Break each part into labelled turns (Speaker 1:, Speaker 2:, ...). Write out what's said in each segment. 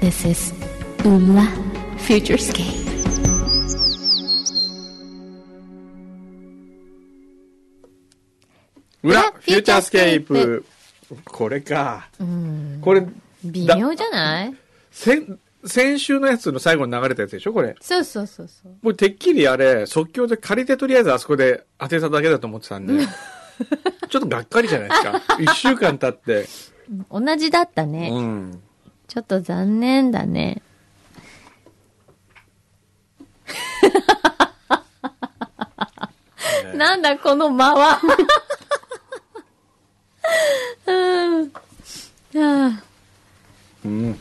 Speaker 1: This is Ula Futurescape.
Speaker 2: 裏フューチャースケープ。これか。これ、
Speaker 3: 微
Speaker 2: だ
Speaker 3: 妙じゃない
Speaker 2: 先、先週のやつの最後に流れたやつでしょこれ。
Speaker 3: そうそうそうそう。
Speaker 2: 僕てっきりあれ、即興で借りてとりあえずあそこで当てただけだと思ってたん で。ちょっとがっかりじゃないですか。一週間経って。
Speaker 3: 同じだったね。
Speaker 2: うん。
Speaker 3: ちょっと残念だね。なんだこの間は。うん。ああ
Speaker 2: うん。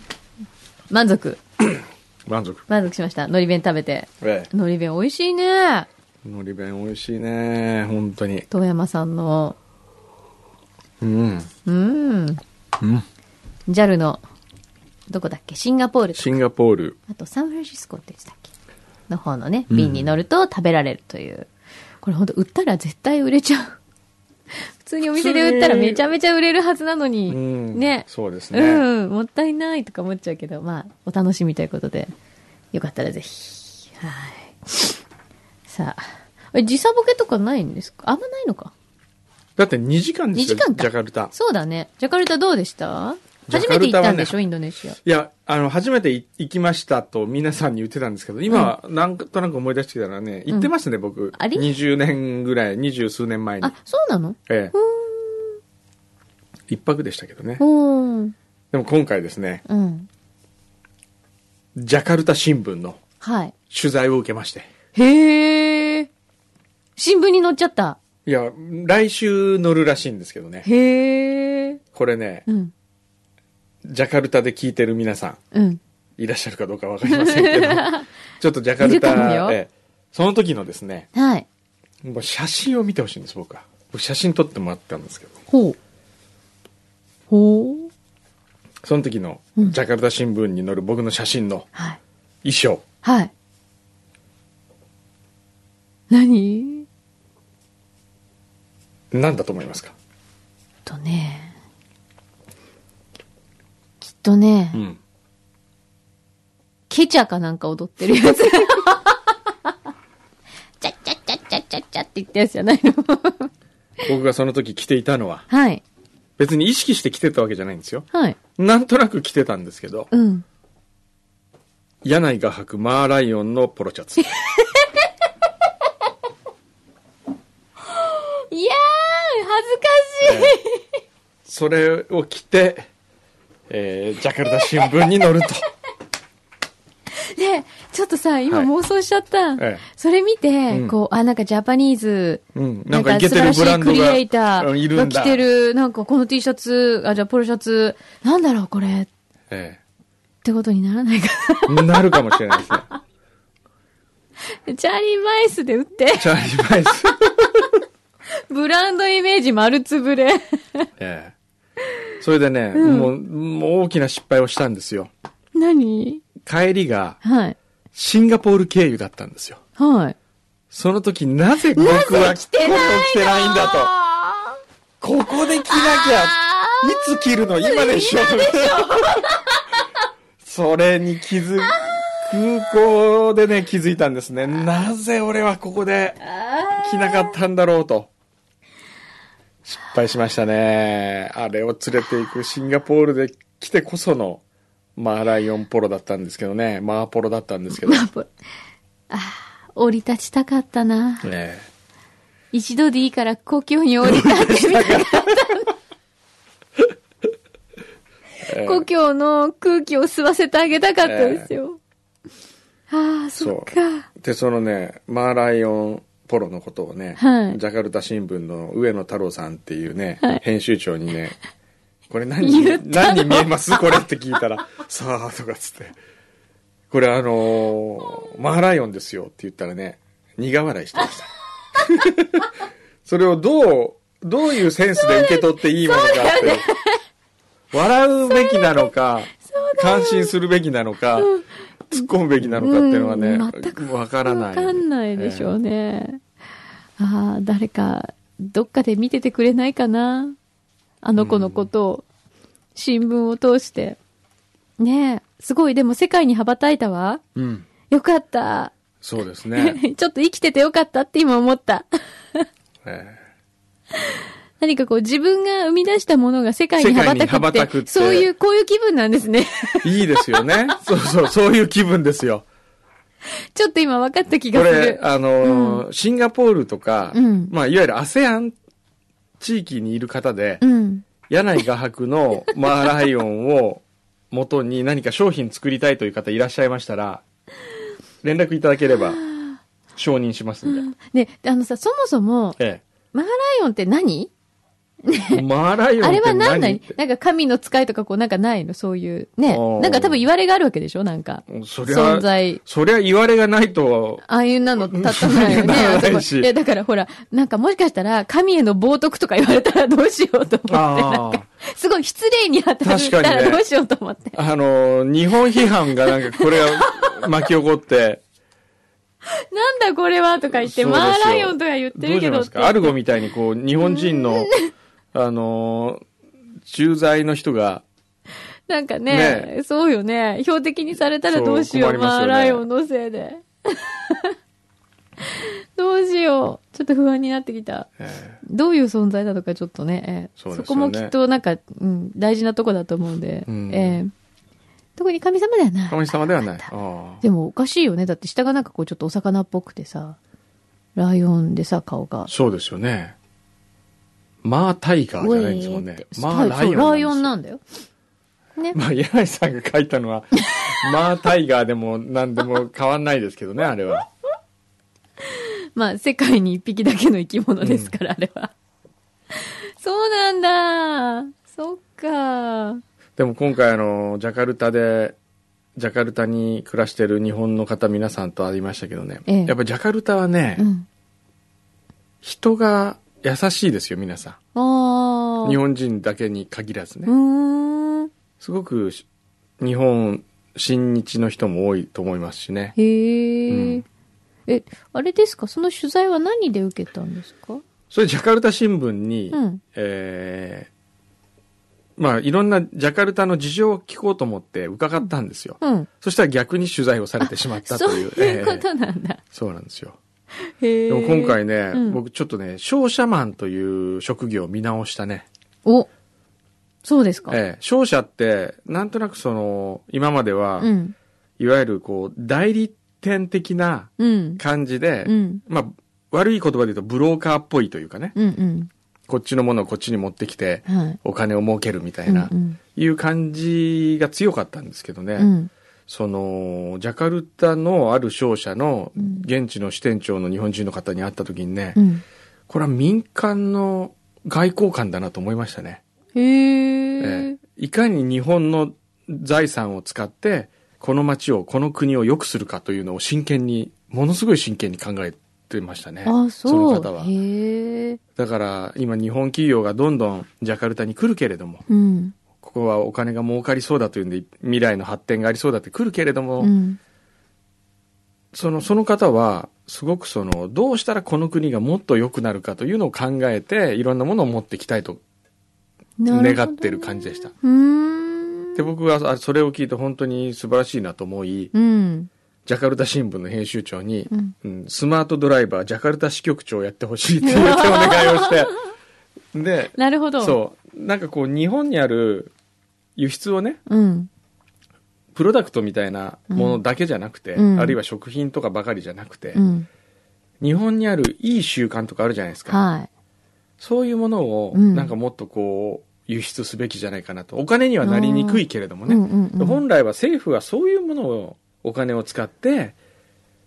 Speaker 3: 満足。
Speaker 2: 満足。
Speaker 3: 満足しました。海苔弁食べて。
Speaker 2: ええ。
Speaker 3: 海苔弁美味しいね。
Speaker 2: のり弁美味しいね。本当に。
Speaker 3: 遠山さんの。
Speaker 2: うん。
Speaker 3: うん。
Speaker 2: うん。
Speaker 3: JAL の、どこだっけシンガポールと
Speaker 2: シンガポール。
Speaker 3: あとサンフランシスコって言ってたっけの方のね、瓶に乗ると食べられるという。これほんと売ったら絶対売れちゃう。 普通にお店で売ったらめちゃめちゃ売れるはずなのに。
Speaker 2: うん
Speaker 3: ね。
Speaker 2: そうです
Speaker 3: う
Speaker 2: ね
Speaker 3: ん、もったいないとか思っちゃうけど、まあ、お楽しみということで、よかったらぜひ。はい。さあ。え時差ボケとかないんですかあんまないのか
Speaker 2: だって2時間ですよ。
Speaker 3: 2時間か
Speaker 2: ジャカルタ。
Speaker 3: そうだね。ジャカルタどうでした
Speaker 2: ジャ
Speaker 3: 初
Speaker 2: カ
Speaker 3: めて行
Speaker 2: ルタはね
Speaker 3: ったんでしょ、インドネシア。
Speaker 2: いや、あの、初めてい行きましたと皆さんに言ってたんですけど、今、なんとなく思い出してきたらね、行ってましたね、僕。
Speaker 3: あり
Speaker 2: ?20 年ぐらい、二十数年前に
Speaker 3: あ。、そうなの
Speaker 2: ええ。一泊でしたけどね。
Speaker 3: うん。
Speaker 2: でも今回ですね、
Speaker 3: うん。
Speaker 2: ジャカルタ新聞の
Speaker 3: はい。
Speaker 2: 取材を受けまして。
Speaker 3: へえ。新聞に載っちゃった。
Speaker 2: いや、来週乗るらしいんですけどね。
Speaker 3: へえ。
Speaker 2: これね、
Speaker 3: うん。
Speaker 2: ジャカルタで聞いてる皆さん、
Speaker 3: うん。
Speaker 2: いらっしゃるかどうかわかりません けど、ちょっとジャカル
Speaker 3: いるかもよ
Speaker 2: タ、ええ、その時のですね、
Speaker 3: はい。
Speaker 2: もう写真を見てほしいんです、僕は。僕写真撮ってもらったんですけど。
Speaker 3: ほう。ほう。
Speaker 2: その時の
Speaker 3: うん
Speaker 2: ジャカルタ新聞に載る僕の写真の
Speaker 3: はい。
Speaker 2: 衣装。
Speaker 3: はい。何
Speaker 2: 何だと思いますか
Speaker 3: とね。きっとね、
Speaker 2: ん。
Speaker 3: ケチャかなんか踊ってるやつ。チャッチャッチャッチャッチャッチャって言ったやつじゃないの
Speaker 2: 僕がその時着ていたのは、
Speaker 3: はい。
Speaker 2: 別に意識して着てたわけじゃないんですよ。
Speaker 3: はい。
Speaker 2: なんとなく着てたんですけど、
Speaker 3: うん。
Speaker 2: 柳が履くマーライオンのポロシャツ。
Speaker 3: いやー、恥ずかしい。
Speaker 2: それを着て、えー、ジャカルタ新聞に載ると。
Speaker 3: で、ちょっとさ、今
Speaker 2: はい
Speaker 3: 妄想しちゃった。
Speaker 2: ええ
Speaker 3: それ見て、
Speaker 2: うん
Speaker 3: こう、あ、なんかジャパニーズ、
Speaker 2: うんなんかイケてる
Speaker 3: なんか素晴らしい
Speaker 2: ブランドが
Speaker 3: クリエイタ
Speaker 2: うんい
Speaker 3: ー
Speaker 2: る
Speaker 3: が
Speaker 2: んだ
Speaker 3: 着てる、なんかこの T シャツ、あ、じゃあポロシャツ、なんだろうこれ、っ
Speaker 2: え
Speaker 3: てことにならないか
Speaker 2: ー、なるかもしれないですね。
Speaker 3: な。チャーリー・バイスで売って、
Speaker 2: チャーリー・バイス。
Speaker 3: ブランドイメージ丸つぶれ。
Speaker 2: えー、それでね、もう、もう大きな失敗をしたんですよ。
Speaker 3: 何
Speaker 2: 帰りが
Speaker 3: はい。
Speaker 2: シンガポール経由だったんですよ。
Speaker 3: はい。
Speaker 2: その時なぜ僕は着て着てないんだと。ここで着なきゃ、いつ着るの今でしょそれに気づく、空港でね、気づいたんですね。なぜ俺はここで着なかったんだろうと。失敗しましたね。あれを連れて行くシンガポールで来てこその、マーライオンポロだったんですけどね。マーポロだったんですけ ど。ね
Speaker 3: 降り立ちたかったな。
Speaker 2: え
Speaker 3: 一度でいいから故郷に降り立ってみたか った。故郷の空気を吸わせてあげたかったですよ。ああ、そっか。
Speaker 2: でそのねマーライオンポロのことをね、
Speaker 3: はい
Speaker 2: ジャカルタ新聞の上野太郎さんっていうね、
Speaker 3: はい
Speaker 2: 編集長にねこれ何に
Speaker 3: 言ったの
Speaker 2: 何に見えますこれって聞いたら、さあ、とかっつって。これあのーマーライオンですよって言ったらね、苦笑いしてました。それをどう、どういうセンスで受け取っていいものかって、笑うべきなのか、感心するべきなのか、突っ込むべきなのかっていうのはね、
Speaker 3: うん全く
Speaker 2: わからな
Speaker 3: わ
Speaker 2: い。
Speaker 3: かんないでしょう
Speaker 2: ね。
Speaker 3: ね。ああ、誰か、どっかで見ててくれないかな。あの子のことを、新聞を通して。ねえ、すごい、でも世界に羽ばたいたわ。
Speaker 2: うん。
Speaker 3: よかった。
Speaker 2: そうで すね。
Speaker 3: ちょっと生きててよかったって今思った。
Speaker 2: え
Speaker 3: 何かこう自分が生み出したものが世界に羽ばたくって、
Speaker 2: 世界に羽ばたくって
Speaker 3: そういう、こういう気分なんですね。
Speaker 2: えいいですよね。そうそう、そういう気分ですよ。
Speaker 3: ちょっと今分かった気
Speaker 2: こ
Speaker 3: がす
Speaker 2: れ
Speaker 3: る、。
Speaker 2: あのーシンガポールとか、
Speaker 3: うん
Speaker 2: まあ、いわゆる ASEAN 地域にいる方で、
Speaker 3: うん。
Speaker 2: 柳画伯のマーライオンを元に何か商品作りたいという方いらっしゃいましたら、連絡いただければ、承認しますん
Speaker 3: ね、あのさ、そもそも、
Speaker 2: で。え
Speaker 3: マーライオンって何
Speaker 2: え。マーライオン
Speaker 3: あ
Speaker 2: っ
Speaker 3: れ
Speaker 2: て
Speaker 3: は
Speaker 2: 何
Speaker 3: 何なの
Speaker 2: って
Speaker 3: なんか神の使いとかこうなんかないのそういう。ね
Speaker 2: あ。ー
Speaker 3: なんか多分言われがあるわけでしょなんか。
Speaker 2: そりゃ
Speaker 3: 存在。
Speaker 2: そりゃ言われがないと、
Speaker 3: ああいうなのたたないよね。
Speaker 2: なら
Speaker 3: あそ
Speaker 2: な
Speaker 3: こ
Speaker 2: いし
Speaker 3: いや、だからほら、なんかもしかしたら神への冒涜とか言われたらどうしようと思って。なん
Speaker 2: あ
Speaker 3: か、 すごい失礼に当たっ
Speaker 2: 確
Speaker 3: た
Speaker 2: かにね
Speaker 3: らどうしようと思 って。
Speaker 2: あのー、日本批判がなんかこれ が巻き起こって、
Speaker 3: なんだこれはとか言って、
Speaker 2: そうですよ
Speaker 3: マーライオンとか言って
Speaker 2: ど
Speaker 3: る
Speaker 2: うし
Speaker 3: けど
Speaker 2: ま
Speaker 3: っ
Speaker 2: す
Speaker 3: て。
Speaker 2: かアルゴみたいにこう、日本人の、あのー、駐在の人が、
Speaker 3: なんかね
Speaker 2: ね
Speaker 3: そうよね。標的にされたらどうしよう、
Speaker 2: そう困りま
Speaker 3: マー
Speaker 2: すよね
Speaker 3: ライオンのせいで。 どうしよう。ちょっと不安になってきた。
Speaker 2: え
Speaker 3: どういう存在なのかちょっとね、ええ
Speaker 2: そうです
Speaker 3: こ
Speaker 2: よね
Speaker 3: もきっとなんか、うん、大事なとこだと思うんで、
Speaker 2: うん
Speaker 3: ええ特に神様では
Speaker 2: ー
Speaker 3: ない。
Speaker 2: 神様ではない。あ
Speaker 3: でもおかしいよね。だって下がなんかこうちょっとお魚っぽくてさ、ライオンでさ、顔が
Speaker 2: あ。そうですよね。マータイガーじゃないんですもん
Speaker 3: ウェーっ
Speaker 2: ね
Speaker 3: て。
Speaker 2: マーライオ
Speaker 3: そ
Speaker 2: ン。
Speaker 3: うライオンなんんだよ。ね。
Speaker 2: まあ、柳井さんが書いたのは、マータイガーでも何でも変わんないですけどね、あれは。
Speaker 3: まあ、世界に一匹だけの生き物ですから、あれは。そうなんだ。そっか。
Speaker 2: でも今回あの、ジャカルタで、ジャカルタに暮らしてる日本の方皆さんと会いましたけどね。
Speaker 3: ええ
Speaker 2: やっぱジャカルタはね、
Speaker 3: うん。
Speaker 2: 人が優しいですよ、皆さ
Speaker 3: ああ。
Speaker 2: ん。日本人だけに限らずね。
Speaker 3: うーん。
Speaker 2: すごくし日本、親日の人も多いと思いますしね。
Speaker 3: へえ、
Speaker 2: うん
Speaker 3: え、あれですかその取材は何で受けたんですか
Speaker 2: それジャカルタ新聞に、
Speaker 3: うん
Speaker 2: えーまあいろんなジャカルタの事情を聞こうと思って伺ったんですよ。
Speaker 3: うん。
Speaker 2: そしたら逆に取材をされてしまった と
Speaker 3: そう
Speaker 2: いう。
Speaker 3: いうこ
Speaker 2: えー
Speaker 3: となんだ。
Speaker 2: そうなんですよ。
Speaker 3: へえ。
Speaker 2: でも今回ね、
Speaker 3: うん
Speaker 2: 僕ちょっとね、商社マンという職業を見直したね。
Speaker 3: お、そうですか、
Speaker 2: えー商社って、なんとなくその、今までは、
Speaker 3: うん。
Speaker 2: いわゆるこう、代理店的な
Speaker 3: うん。
Speaker 2: 感じで、
Speaker 3: うん。
Speaker 2: まあ、悪い言葉で言うとブローカーっぽいというかね、
Speaker 3: うん。
Speaker 2: こっちのものをこっちに持ってきて、
Speaker 3: うん。はい。
Speaker 2: お金を儲けるみたいな、
Speaker 3: うん
Speaker 2: いう感じが強かったんですけどね、
Speaker 3: うん。うん。
Speaker 2: その、ジャカルタのある商社の
Speaker 3: うん
Speaker 2: 現地の支店長の日本人の方に会った時にね、
Speaker 3: うん。
Speaker 2: これは民間の外交官だなと思いましたね。
Speaker 3: へえ。
Speaker 2: ええいかに日本の財産を使って、この街を、この国を良くするかというのを真剣に、ものすごい真剣に考えてましたね。
Speaker 3: あ、そう。
Speaker 2: の方は。
Speaker 3: へえ。
Speaker 2: だから、今日本企業がどんどんジャカルタに来るけれども、
Speaker 3: うん。
Speaker 2: ここはお金が儲かりそうだというんで、未来の発展がありそうだって来るけれども、
Speaker 3: うん。
Speaker 2: その、その方は、すごくその、どうしたらこの国がもっと良くなるかというのを考えて、いろんなものを持っていきたいと
Speaker 3: なるほど
Speaker 2: 願ってる感じでした。
Speaker 3: うーん。
Speaker 2: で、僕はあそれを聞いて本当に素晴らしいなと思い、
Speaker 3: うん。
Speaker 2: ジャカルタ新聞の編集長に、
Speaker 3: うん
Speaker 2: うんスマートドライバー、ジャカルタ支局長をやってほしいって言ってお願いを して、で、
Speaker 3: なるほど。
Speaker 2: そう、なんかこう、日本にある輸出をね、
Speaker 3: う。うん。
Speaker 2: プロダクトみたいなものだけじゃなくて、
Speaker 3: うん
Speaker 2: あるいは食品とかばかりじゃなくて、
Speaker 3: うん。
Speaker 2: 日本にあるいい習慣とかあるじゃないですか。
Speaker 3: は
Speaker 2: そういうものを、
Speaker 3: うん
Speaker 2: なんかもっとこう、輸出すべきじゃないかなと。お金にはなりにくいけれども
Speaker 3: い。
Speaker 2: ね。
Speaker 3: うんうんうん。
Speaker 2: 本来は政府はそういうものをお金を使って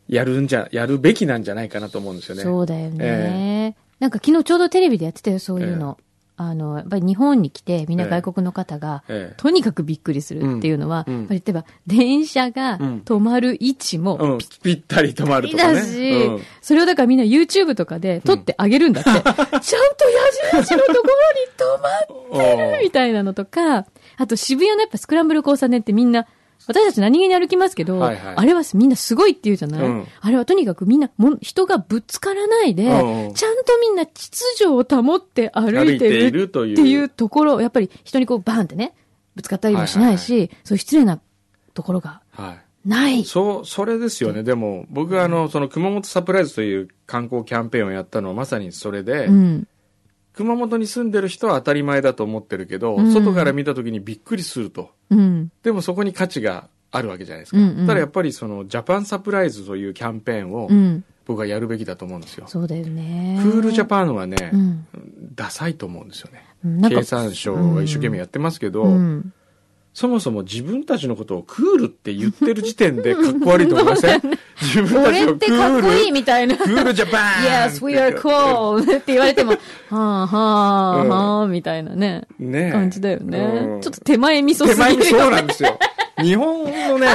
Speaker 2: やるんじゃやるべきなんじゃないかなと思うんですよね
Speaker 3: そうだよね。なんか昨日ちょうどテレビでやってたよ、そういうの。あの、やっぱり日本に来て、みんな
Speaker 2: ええ
Speaker 3: 外国の方が、
Speaker 2: ええ
Speaker 3: とにかくびっくりするっていうのは、
Speaker 2: うんうん
Speaker 3: やっぱり例えば、電車が
Speaker 2: うん
Speaker 3: 止まる位置も、
Speaker 2: うん、ぴったり止まるとかね。
Speaker 3: だし、
Speaker 2: うん
Speaker 3: それをだからみんな YouTube とかで撮ってあげるんだ って。ちゃんと矢印のところに止まってるみたいなのとか、あと渋谷のやっぱスクランブル交差点ってみんな、私たち何気に歩きますけど、
Speaker 2: はいはい
Speaker 3: あれはみんなすごいって言うじゃない、
Speaker 2: うん
Speaker 3: あれはとにかくみんなもん人がぶつからないで、
Speaker 2: うんうん
Speaker 3: ちゃんとみんな秩序を保って歩いて
Speaker 2: 歩いてい
Speaker 3: る
Speaker 2: ると
Speaker 3: っ
Speaker 2: いう
Speaker 3: ていうところ、やっぱり人にこうバーンってね、ぶつかったりもしないし、そういう失礼なところが
Speaker 2: はい。
Speaker 3: ない。
Speaker 2: そう、それですよね。でも、僕はあの、その熊本サプライズという観光キャンペーンをやったのはまさにそれで、
Speaker 3: うん。
Speaker 2: 熊本に住んでる人は当たり前だと思ってるけど、
Speaker 3: うん
Speaker 2: 外から見た時にびっくりすると。
Speaker 3: うん。
Speaker 2: でもそこに価値があるわけじゃないですか。
Speaker 3: うんうん
Speaker 2: ただやっぱりその、ジャパンサプライズというキャンペーンを
Speaker 3: うん。
Speaker 2: 僕はやるべきだと思うんですよ。
Speaker 3: そうだよね。
Speaker 2: クールジャパンはね、
Speaker 3: うん。
Speaker 2: ダサいと思うんですよね。
Speaker 3: うんなんか
Speaker 2: 経産省が一生懸命やってますけど、
Speaker 3: うん。
Speaker 2: そもそも自分たちのことをクールって言ってる時点でかっこ悪いと思いま せん自 分たち
Speaker 3: 俺
Speaker 2: を
Speaker 3: っ
Speaker 2: ク
Speaker 3: てかっこ
Speaker 2: ー
Speaker 3: いい
Speaker 2: ル
Speaker 3: みたいな。
Speaker 2: クールジャパン
Speaker 3: Yes, we are cool! って言われても、はあはあはあ、みたいなね、
Speaker 2: ねえ
Speaker 3: 感じだよ
Speaker 2: う
Speaker 3: ね
Speaker 2: ん。
Speaker 3: ちょっと手前味噌
Speaker 2: 手
Speaker 3: す
Speaker 2: 前
Speaker 3: ぎ
Speaker 2: に
Speaker 3: る
Speaker 2: そ
Speaker 3: よ
Speaker 2: う
Speaker 3: ね。
Speaker 2: なんですよ。日本 のね、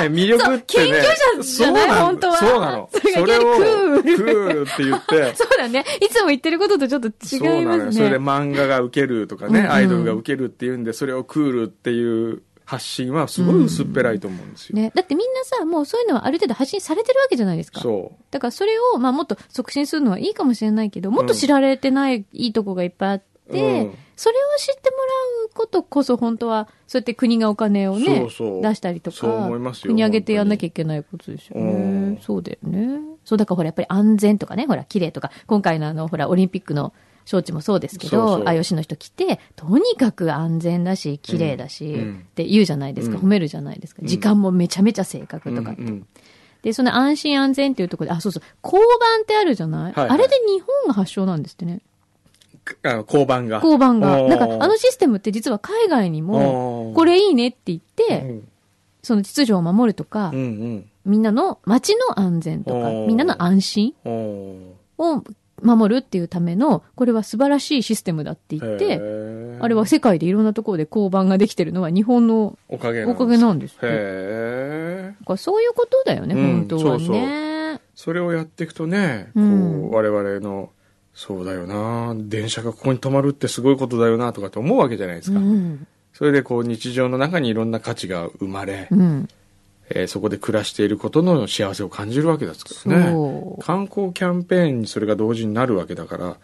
Speaker 2: 魅力ってね。
Speaker 3: そう謙虚じゃじゃない
Speaker 2: そうの
Speaker 3: 本当は
Speaker 2: そうなの。
Speaker 3: それが
Speaker 2: それを、
Speaker 3: クール
Speaker 2: クールって言って。
Speaker 3: そうだね。いつも言ってることとちょっと違い
Speaker 2: そうな
Speaker 3: ま
Speaker 2: のよ
Speaker 3: す
Speaker 2: それで
Speaker 3: ね。
Speaker 2: 漫画が受けるとか
Speaker 3: うん
Speaker 2: ね、
Speaker 3: うん
Speaker 2: アイドルが受けるっていうんで、それをクールっていう発信はすごい薄っぺらいと思うんですよ。
Speaker 3: ね。だってみんなさ、もうそういうのはある程度発信されてるわけじゃないですか。
Speaker 2: そう。
Speaker 3: だからそれを、まあもっと促進するのはいいかもしれないけど、もっと知られてない、いいとこがいっぱいあって、
Speaker 2: うん
Speaker 3: それを知ってもらうことこそ本当は、そうやって国がお金をね、
Speaker 2: そうそう
Speaker 3: 出したりとか、
Speaker 2: そう思いますよ
Speaker 3: 国上げてやんなきゃいけないことですよ
Speaker 2: う
Speaker 3: ね
Speaker 2: ん。
Speaker 3: そうだよね。そう、だからほらやっぱり安全とかね、ほら綺麗とか、今回のあの、ほらオリンピックの招致もそうですけ
Speaker 2: そうそ
Speaker 3: ど、
Speaker 2: う
Speaker 3: IOC の人来て、とにかく安全だし、綺麗だし、
Speaker 2: うんうん
Speaker 3: って言うじゃないですか、
Speaker 2: うん
Speaker 3: 褒めるじゃないですか。時間もめちゃめちゃ正確とかって。
Speaker 2: うんうん
Speaker 3: で、その安心安全っていうところで、あ、そうそう、交番ってあるじゃない、
Speaker 2: はいはい
Speaker 3: あれで日本が発祥なんですってね。
Speaker 2: あの交番が。
Speaker 3: 交番が。
Speaker 2: おー
Speaker 3: だから、あのシステムって実は海外にも
Speaker 2: お、ー
Speaker 3: これいいねって言っ
Speaker 2: う
Speaker 3: て、
Speaker 2: ん
Speaker 3: その秩序を守るとか、
Speaker 2: うんうん
Speaker 3: みんなの、街の安全とか、
Speaker 2: おー
Speaker 3: みんなの安心
Speaker 2: おー
Speaker 3: を守るっていうための、これは素晴らしいシステムだって言っ
Speaker 2: へ
Speaker 3: て、
Speaker 2: ー
Speaker 3: あれは世界でいろんなところで交番ができてるのは日本の
Speaker 2: おかげなん
Speaker 3: お
Speaker 2: です
Speaker 3: かげなんですって。だ
Speaker 2: へえ。
Speaker 3: からそういうことだよね、
Speaker 2: う
Speaker 3: 本
Speaker 2: ん
Speaker 3: 当は
Speaker 2: そうそう
Speaker 3: ね。
Speaker 2: それをやっていくとね、こ
Speaker 3: うん
Speaker 2: う、我々の、そうだよな電車がここに止まるってすごいことだよなとかって思うわけじゃないですか。
Speaker 3: うん。
Speaker 2: それでこう、日常の中にいろんな価値が生まれ、
Speaker 3: うん。
Speaker 2: えーそこで暮らしていることの幸せを感じるわけですから
Speaker 3: そ
Speaker 2: ね
Speaker 3: う。
Speaker 2: 観光キャンペーンにそれが同時になるわけだから、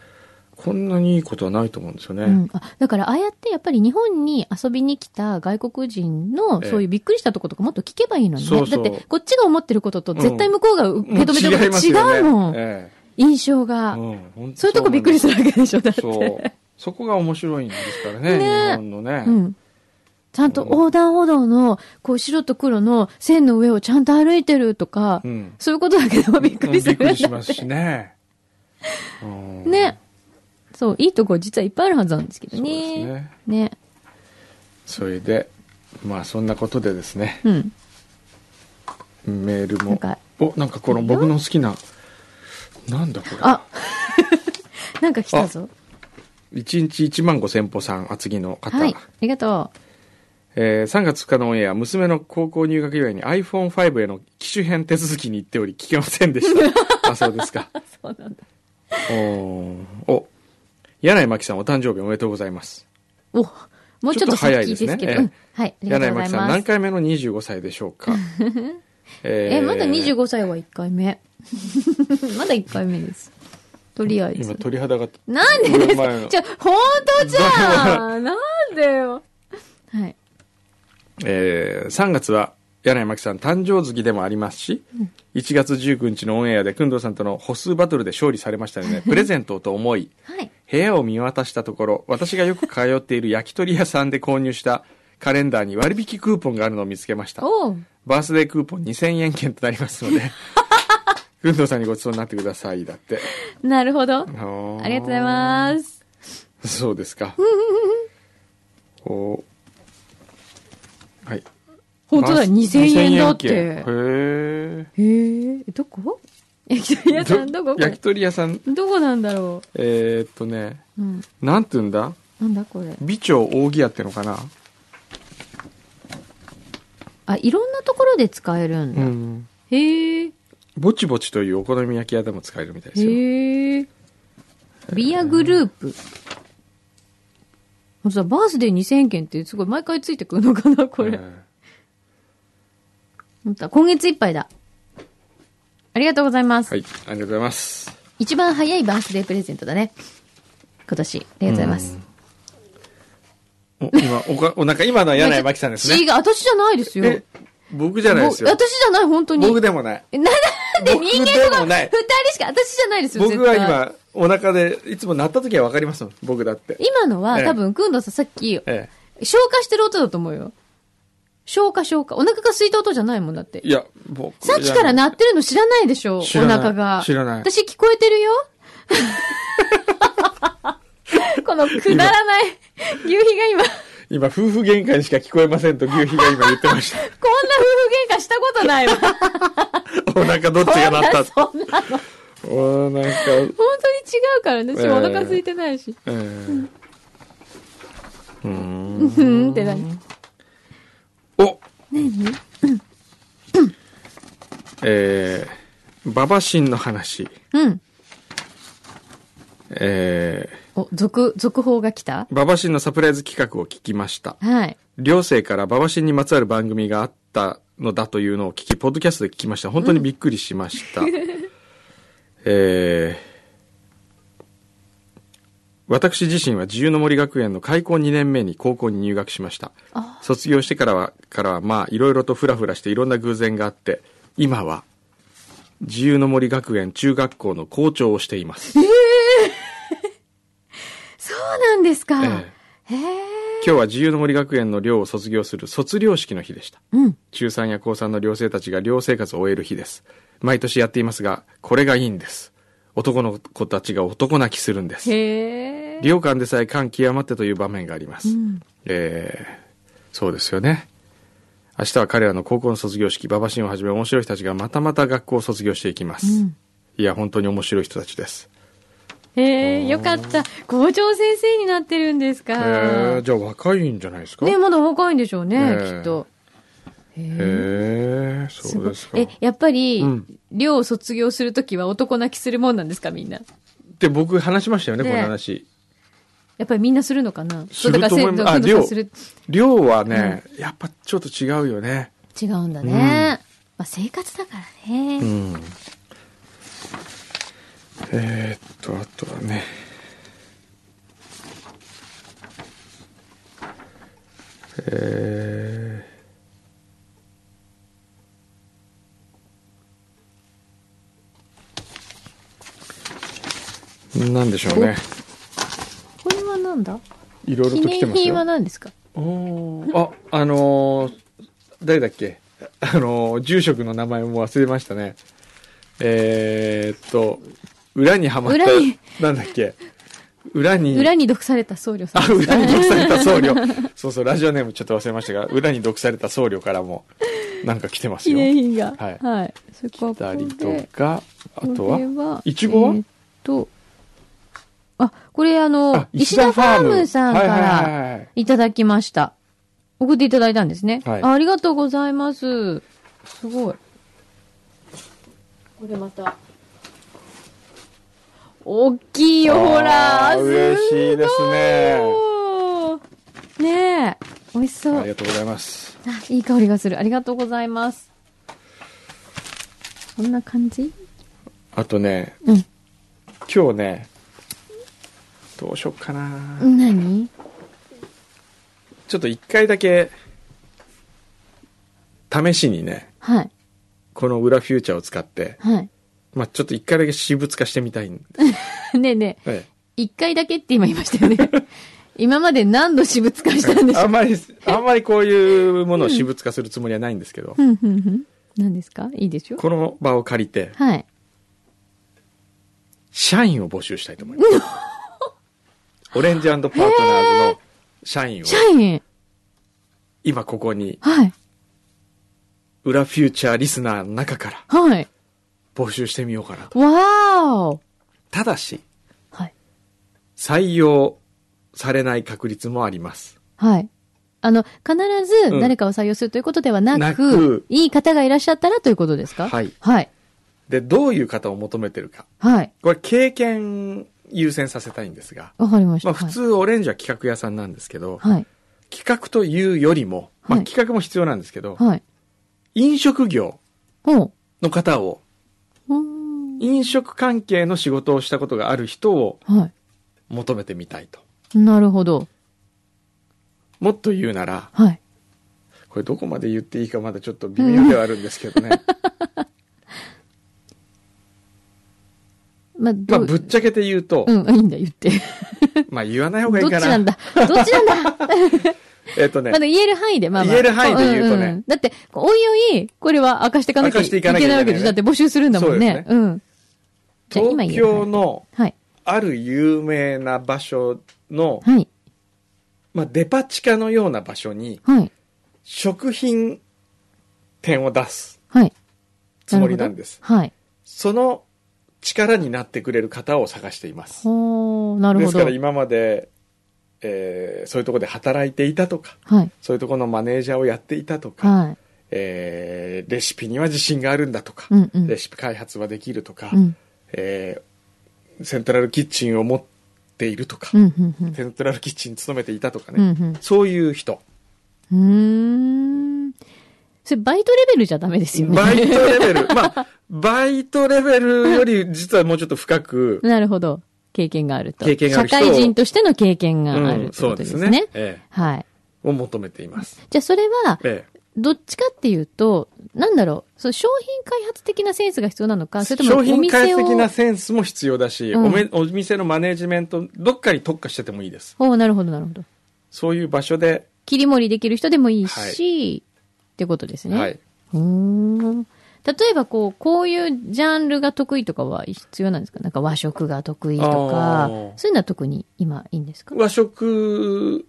Speaker 2: こんなにいいことはないと思うんですよね。
Speaker 3: うん、あだからああやってやっぱり日本に遊びに来た外国人の
Speaker 2: ええ
Speaker 3: そういうびっくりしたとことかもっと聞けばいいのにね。
Speaker 2: そうそう
Speaker 3: だってこっちが思ってることと絶対向こうが受け
Speaker 2: もう
Speaker 3: 止めてる
Speaker 2: 違い
Speaker 3: こ
Speaker 2: ま
Speaker 3: と
Speaker 2: すよね
Speaker 3: 違うもん。
Speaker 2: え
Speaker 3: 印象
Speaker 2: え
Speaker 3: が、
Speaker 2: うん本当
Speaker 3: そういうとこびっくりするわけでしょ、だって。
Speaker 2: そう。そこが面白いんですからね、
Speaker 3: ねえ
Speaker 2: 日本のね。
Speaker 3: うん。ちゃんと横断歩道の、こう白と黒の線の上をちゃんと歩いてるとか、
Speaker 2: うん
Speaker 3: そういうことだけでもびっくりするんだ
Speaker 2: うんび
Speaker 3: って
Speaker 2: っくりしますしね。うん
Speaker 3: ね。そう、いいとこ実はいっぱいあるはずなんですけど
Speaker 2: そうです
Speaker 3: ね。
Speaker 2: ね。
Speaker 3: ね。
Speaker 2: それで、まあそんなことでですね、
Speaker 3: うん。
Speaker 2: メール
Speaker 3: なん
Speaker 2: も
Speaker 3: か。
Speaker 2: お、なんかこの僕の好きな、なんだこれ。
Speaker 3: あ なんか来たぞ。
Speaker 2: 1日1万5千歩さん、厚木の方。
Speaker 3: はい。ありがとう。
Speaker 2: えー3月2日のオンエア、娘の高校入学祝いに iPhone5 への機種変手続きに行っており、聞けませんでし た。あ、そうですか。
Speaker 3: そうなんだ。
Speaker 2: おーお、柳井真紀さん、お誕生日おめでとうございます。
Speaker 3: お、もうちょっと先ですけど。
Speaker 2: ちょっと早いですね
Speaker 3: うんはい、ありがと
Speaker 2: 柳
Speaker 3: う
Speaker 2: 井
Speaker 3: ござい
Speaker 2: 真紀さん、何
Speaker 3: ます。
Speaker 2: 回目の25歳でしょう か。え
Speaker 3: え、まだ25歳は1回目。 まだ1回目です。とりあえ
Speaker 2: 今、
Speaker 3: ず。
Speaker 2: 鳥肌が。
Speaker 3: なんでです
Speaker 2: お前
Speaker 3: か
Speaker 2: の
Speaker 3: じゃ、ほんとじゃ んなんでよ。はい。
Speaker 2: えー3月は柳井真紀さん誕生月でもありますし、1月19日のオンエアで工藤さんとの歩数バトルで勝利されました ので、プレゼントをと思い、
Speaker 3: はい。
Speaker 2: 部屋を見渡したところ、私がよく通っている焼き鳥屋さんで購入したカレンダーに割引クーポンがあるのを見つけました。
Speaker 3: おう。
Speaker 2: バースデークーポン2000円券となりますの で、工藤さんにごちそうになってください。だって。
Speaker 3: なるほど。あ
Speaker 2: あ
Speaker 3: り
Speaker 2: りがと
Speaker 3: がとうございます。
Speaker 2: す。そうで すか。おはい。
Speaker 3: 本当だ、
Speaker 2: バース
Speaker 3: 2000円だっ
Speaker 2: 2000円
Speaker 3: て
Speaker 2: 券。へえ。
Speaker 3: へえ、どこ焼き鳥屋さんどここれ
Speaker 2: 焼き鳥屋さん
Speaker 3: どこなんだろ
Speaker 2: えーっとね
Speaker 3: う。うん。
Speaker 2: なんて言うんだ
Speaker 3: なんだこれ。
Speaker 2: 美調扇屋ってのかな
Speaker 3: あ、いろんなところで使えるん
Speaker 2: う
Speaker 3: だ。
Speaker 2: ん
Speaker 3: へえ。
Speaker 2: ぼちぼちというお好み焼き屋でも使えるみたいですよ
Speaker 3: へえ。ビアグループ。もうさ、バースデー2000件ってすごい毎回ついてくるのかなこれ。
Speaker 2: うん
Speaker 3: 本当だ今月いっぱいだ。ありがとうございます。
Speaker 2: はいありがとうございます
Speaker 3: 一番早いバースデープレゼントだね。今年。ありがとうございます。
Speaker 2: お今おかお 腹今のは柳井真紀さんです
Speaker 3: 違
Speaker 2: ね
Speaker 3: う、私じゃないですよ。
Speaker 2: え僕じゃないですよ
Speaker 3: ぼ私じゃない、本当に。
Speaker 2: 僕でもない
Speaker 3: えな、なんで
Speaker 2: 僕
Speaker 3: 人間
Speaker 2: で
Speaker 3: と
Speaker 2: も
Speaker 3: か
Speaker 2: ない
Speaker 3: 二人しか、私じゃないですよ、
Speaker 2: 僕は
Speaker 3: 絶対
Speaker 2: 今お腹でいつも鳴った時は分かりますもん僕だって
Speaker 3: 今のは、
Speaker 2: ええ
Speaker 3: 多分、くんどうさんさっき、
Speaker 2: え
Speaker 3: 消化してる音だと思うよ。消化消化。お腹が空いた音じゃないもんだって
Speaker 2: え。いや僕
Speaker 3: さっきから鳴ってるの知らないでしょお
Speaker 2: 知らない
Speaker 3: 腹が。
Speaker 2: 知らない
Speaker 3: 私聞こえてる よこのくだらない、牛皮が今、こんな
Speaker 2: 今夫婦喧嘩にしか聞こえませんと牛皮が今言って ました
Speaker 3: 夫婦喧嘩したことないわ。
Speaker 2: お腹どっち
Speaker 3: そ
Speaker 2: が
Speaker 3: ん
Speaker 2: 鳴った
Speaker 3: な、
Speaker 2: って
Speaker 3: そんなの。
Speaker 2: おなんか、え
Speaker 3: 本当に違うからね。し
Speaker 2: ええ
Speaker 3: お腹空いてないし。
Speaker 2: え
Speaker 3: うんって何
Speaker 2: おえー、馬場神の話。
Speaker 3: うん。
Speaker 2: え
Speaker 3: お、続、続報が来た
Speaker 2: ー、馬場神のサプライズ企画を聞きました。
Speaker 3: はい。
Speaker 2: 両生から馬場神にまつわる番組があったのだというのを聞き、ポッドキャストで聞きました。本当にびっくりしました。 えー、私自身は自由の森学園の開校2年目に高校に入学しました
Speaker 3: あ
Speaker 2: 卒業してからはからはまあいろいろとフラフラしていろんな偶然があって今は自由の森学園中学校の校長をしています、
Speaker 3: そうなんですか。
Speaker 2: え
Speaker 3: へ
Speaker 2: え
Speaker 3: え。
Speaker 2: 今日は自由の森学園の寮を卒業する卒業式の日でした
Speaker 3: うん。
Speaker 2: 中3や高3の寮生たちが寮生活を終える日です毎年やっていますがこれがいいんです男の子たちが男泣きするんです
Speaker 3: へえ。
Speaker 2: 寮館でさえ感極まってという場面があります、
Speaker 3: ん
Speaker 2: えーそうですよね明日は彼らの高校の卒業式馬場ンをはじめ面白い人たちがまたまた学校を卒業していきます、
Speaker 3: うん
Speaker 2: いや本当に面白い人たちです
Speaker 3: へえ、よかった。校長先生になってるんです
Speaker 2: え
Speaker 3: か。
Speaker 2: じゃあ若いんじゃないですか
Speaker 3: ね、まだ若いんでしょうね、
Speaker 2: ええ
Speaker 3: きっと。
Speaker 2: えそうです
Speaker 3: す
Speaker 2: か
Speaker 3: ごいえ、やっぱり
Speaker 2: うん、
Speaker 3: 寮を卒業するときは男泣きするもんなんですか、みんな。
Speaker 2: で僕話しましたよね
Speaker 3: ね
Speaker 2: この話
Speaker 3: やっぱりみんなするのかな
Speaker 2: すると思います
Speaker 3: そうだから
Speaker 2: あ
Speaker 3: 生徒
Speaker 2: 寮
Speaker 3: さんする
Speaker 2: 寮はね、やっぱちょっと違うよね
Speaker 3: 違うんだね。
Speaker 2: うん
Speaker 3: まあ生活だから
Speaker 2: う
Speaker 3: ね。
Speaker 2: んえー、っとあとはねえーなんでしょうね。
Speaker 3: これはなんだ
Speaker 2: いろいろ
Speaker 3: 記
Speaker 2: と来て
Speaker 3: 念
Speaker 2: ます
Speaker 3: 品は
Speaker 2: よ。
Speaker 3: 何ですか
Speaker 2: おーあ、あのー誰だっけあのー住職の名前も忘れましたね。えーっと、裏にはまった
Speaker 3: 裏に、
Speaker 2: なんだっけ裏に、
Speaker 3: 裏に毒された僧侶さん
Speaker 2: あ、
Speaker 3: ですか。
Speaker 2: 裏に毒された僧侶。そうそう、ラジオネームちょっと忘れましたが、裏に毒された僧侶からも、なんか来てます
Speaker 3: 記
Speaker 2: よ。
Speaker 3: 念品が。
Speaker 2: はい
Speaker 3: はい。そこ
Speaker 2: た
Speaker 3: はこ
Speaker 2: り
Speaker 3: こ
Speaker 2: と
Speaker 3: で。
Speaker 2: か、あと
Speaker 3: これ
Speaker 2: は、
Speaker 3: は、
Speaker 2: いちごは
Speaker 3: えーっと、あ、これあの
Speaker 2: あ、
Speaker 3: 石田ファームさんか
Speaker 2: はいはい
Speaker 3: ら
Speaker 2: はいはい
Speaker 3: いただきました。送っていただいたんですね。
Speaker 2: はい
Speaker 3: あありがとうございます。すごい。これまた。大きいよ、ほら。
Speaker 2: あー嬉しいですね
Speaker 3: すごい。ねえ。美味しそう。
Speaker 2: ありがとうございます。
Speaker 3: あ、いい香りがする。ありがとうございます。こんな感じ
Speaker 2: あとね、
Speaker 3: うん
Speaker 2: 今日ね、どうしよっかな。
Speaker 3: 何
Speaker 2: ちょっと一回だけ、試しにね、
Speaker 3: はい。
Speaker 2: この裏フューチャーを使って、
Speaker 3: は
Speaker 2: まあちょっと一回だけ私物化してみたいんです。
Speaker 3: い。 ねえねえ、
Speaker 2: え
Speaker 3: 一回だけって今言いましたよね。 今まで何度私物化したんで
Speaker 2: え
Speaker 3: し
Speaker 2: あ
Speaker 3: ょ
Speaker 2: んまり、あんまりこういうものを私物化するつもりはないんですけど
Speaker 3: う、ん、うん、うん。何ですかいいでしょ
Speaker 2: この場を借りて、
Speaker 3: はい。
Speaker 2: 社員を募集したいと思 います。オレンジパートナーズの社員を、
Speaker 3: 社員
Speaker 2: 今ここに、
Speaker 3: はい。
Speaker 2: 裏フューチャーリスナーの中から
Speaker 3: はい。
Speaker 2: 募集してみようかなと。
Speaker 3: わーお
Speaker 2: ただし、
Speaker 3: はい。
Speaker 2: 採用されない確率もあります。
Speaker 3: はい。あの、必ず誰かを採用するということではなく、
Speaker 2: なく
Speaker 3: いい方がいらっしゃったらということですか
Speaker 2: はい
Speaker 3: はい。
Speaker 2: で、どういう方を求めてるか。
Speaker 3: はい。
Speaker 2: これ経験優先させたいんですが、
Speaker 3: わかりました。
Speaker 2: まあ普通オレンジは企画屋さんなんですけど、
Speaker 3: はい。
Speaker 2: 企画というよりも、まあ
Speaker 3: はい
Speaker 2: 企画も必要なんですけど、
Speaker 3: はい。はい。
Speaker 2: 飲食業
Speaker 3: ほう。
Speaker 2: の方を、
Speaker 3: うーん
Speaker 2: 飲食関係の仕事をしたことがある人を
Speaker 3: は
Speaker 2: 求めてみたいと。
Speaker 3: い。なるほど。
Speaker 2: もっと言うなら、
Speaker 3: はい。
Speaker 2: これどこまで言っていいかまだちょっと微妙ではあるんですけどね。
Speaker 3: まあ、
Speaker 2: ま
Speaker 3: ど
Speaker 2: あ
Speaker 3: う
Speaker 2: ぶっちゃけて言うと、
Speaker 3: うん、いいんだ、言って。
Speaker 2: まあ言わない方
Speaker 3: ど
Speaker 2: が
Speaker 3: っ
Speaker 2: いい
Speaker 3: ち
Speaker 2: か
Speaker 3: な
Speaker 2: な。
Speaker 3: んだどっちなんだ
Speaker 2: えっとね
Speaker 3: まだ、言える範囲で、まあまあ。
Speaker 2: 言える範囲で言うとね
Speaker 3: んんだって、こうおいおい、これは明かしていかなきゃ
Speaker 2: 明かしていかなきゃいけない
Speaker 3: わけでしょ。だって募集するんだもんね。
Speaker 2: そうです
Speaker 3: ん。じゃあ今
Speaker 2: 東
Speaker 3: 言える範囲
Speaker 2: 京の
Speaker 3: はい。
Speaker 2: ある有名な場所の、
Speaker 3: はい。
Speaker 2: まあデパ地下のような場所に
Speaker 3: はい。
Speaker 2: 食品店を出す
Speaker 3: はい。
Speaker 2: つもりなんです。
Speaker 3: るほどはい。
Speaker 2: その力になってくれる方を探しています。
Speaker 3: ほー、なる
Speaker 2: で
Speaker 3: ほ
Speaker 2: す
Speaker 3: ど。
Speaker 2: から今まで、えーそういうところで働いていたとか、
Speaker 3: はい。
Speaker 2: そういうところのマネージャーをやっていたとか、
Speaker 3: は
Speaker 2: えーレシピには自信があるんだとか、
Speaker 3: い。うんうん。
Speaker 2: レシピ開発はできるとか、
Speaker 3: うん。
Speaker 2: えーセントラルキッチンを持っているとか、
Speaker 3: うんうんうん。
Speaker 2: セントラルキッチンに勤めていたとか
Speaker 3: う
Speaker 2: ね、
Speaker 3: ん
Speaker 2: そういう人。
Speaker 3: うん。うーん。それ、バイトレベルじゃダメですよね。
Speaker 2: バイトレベル。 まあ、バイトレベルより実はもうちょっと深く、
Speaker 3: なるほど。経験があると。
Speaker 2: 経験がある人
Speaker 3: 社
Speaker 2: を
Speaker 3: 会人としての経験があ
Speaker 2: う
Speaker 3: る
Speaker 2: ん
Speaker 3: というこ
Speaker 2: そう
Speaker 3: と
Speaker 2: で
Speaker 3: ですす
Speaker 2: ね。
Speaker 3: ね。
Speaker 2: ええ
Speaker 3: はい。
Speaker 2: を求めています。
Speaker 3: じゃあ、それは、
Speaker 2: ええ
Speaker 3: どっちかっていうと、なんだろう、そう商品開発的なセンスが必要なのか、それとも
Speaker 2: 商
Speaker 3: お店を
Speaker 2: 品開発的なセンスも必要だし、
Speaker 3: うん
Speaker 2: おめお店のマネジメント、どっかに特化しててもいいです。
Speaker 3: おうなるほど、なるほど。
Speaker 2: そういう場所で、
Speaker 3: 切り盛りできる人でもいいし、
Speaker 2: は
Speaker 3: ってことですね。
Speaker 2: はい。
Speaker 3: うーん。例えば、こう、こういうジャンルが得意とかは必要なんですかなんか和食が得意とか
Speaker 2: あー、
Speaker 3: そういうのは特に今いいんですか
Speaker 2: 和食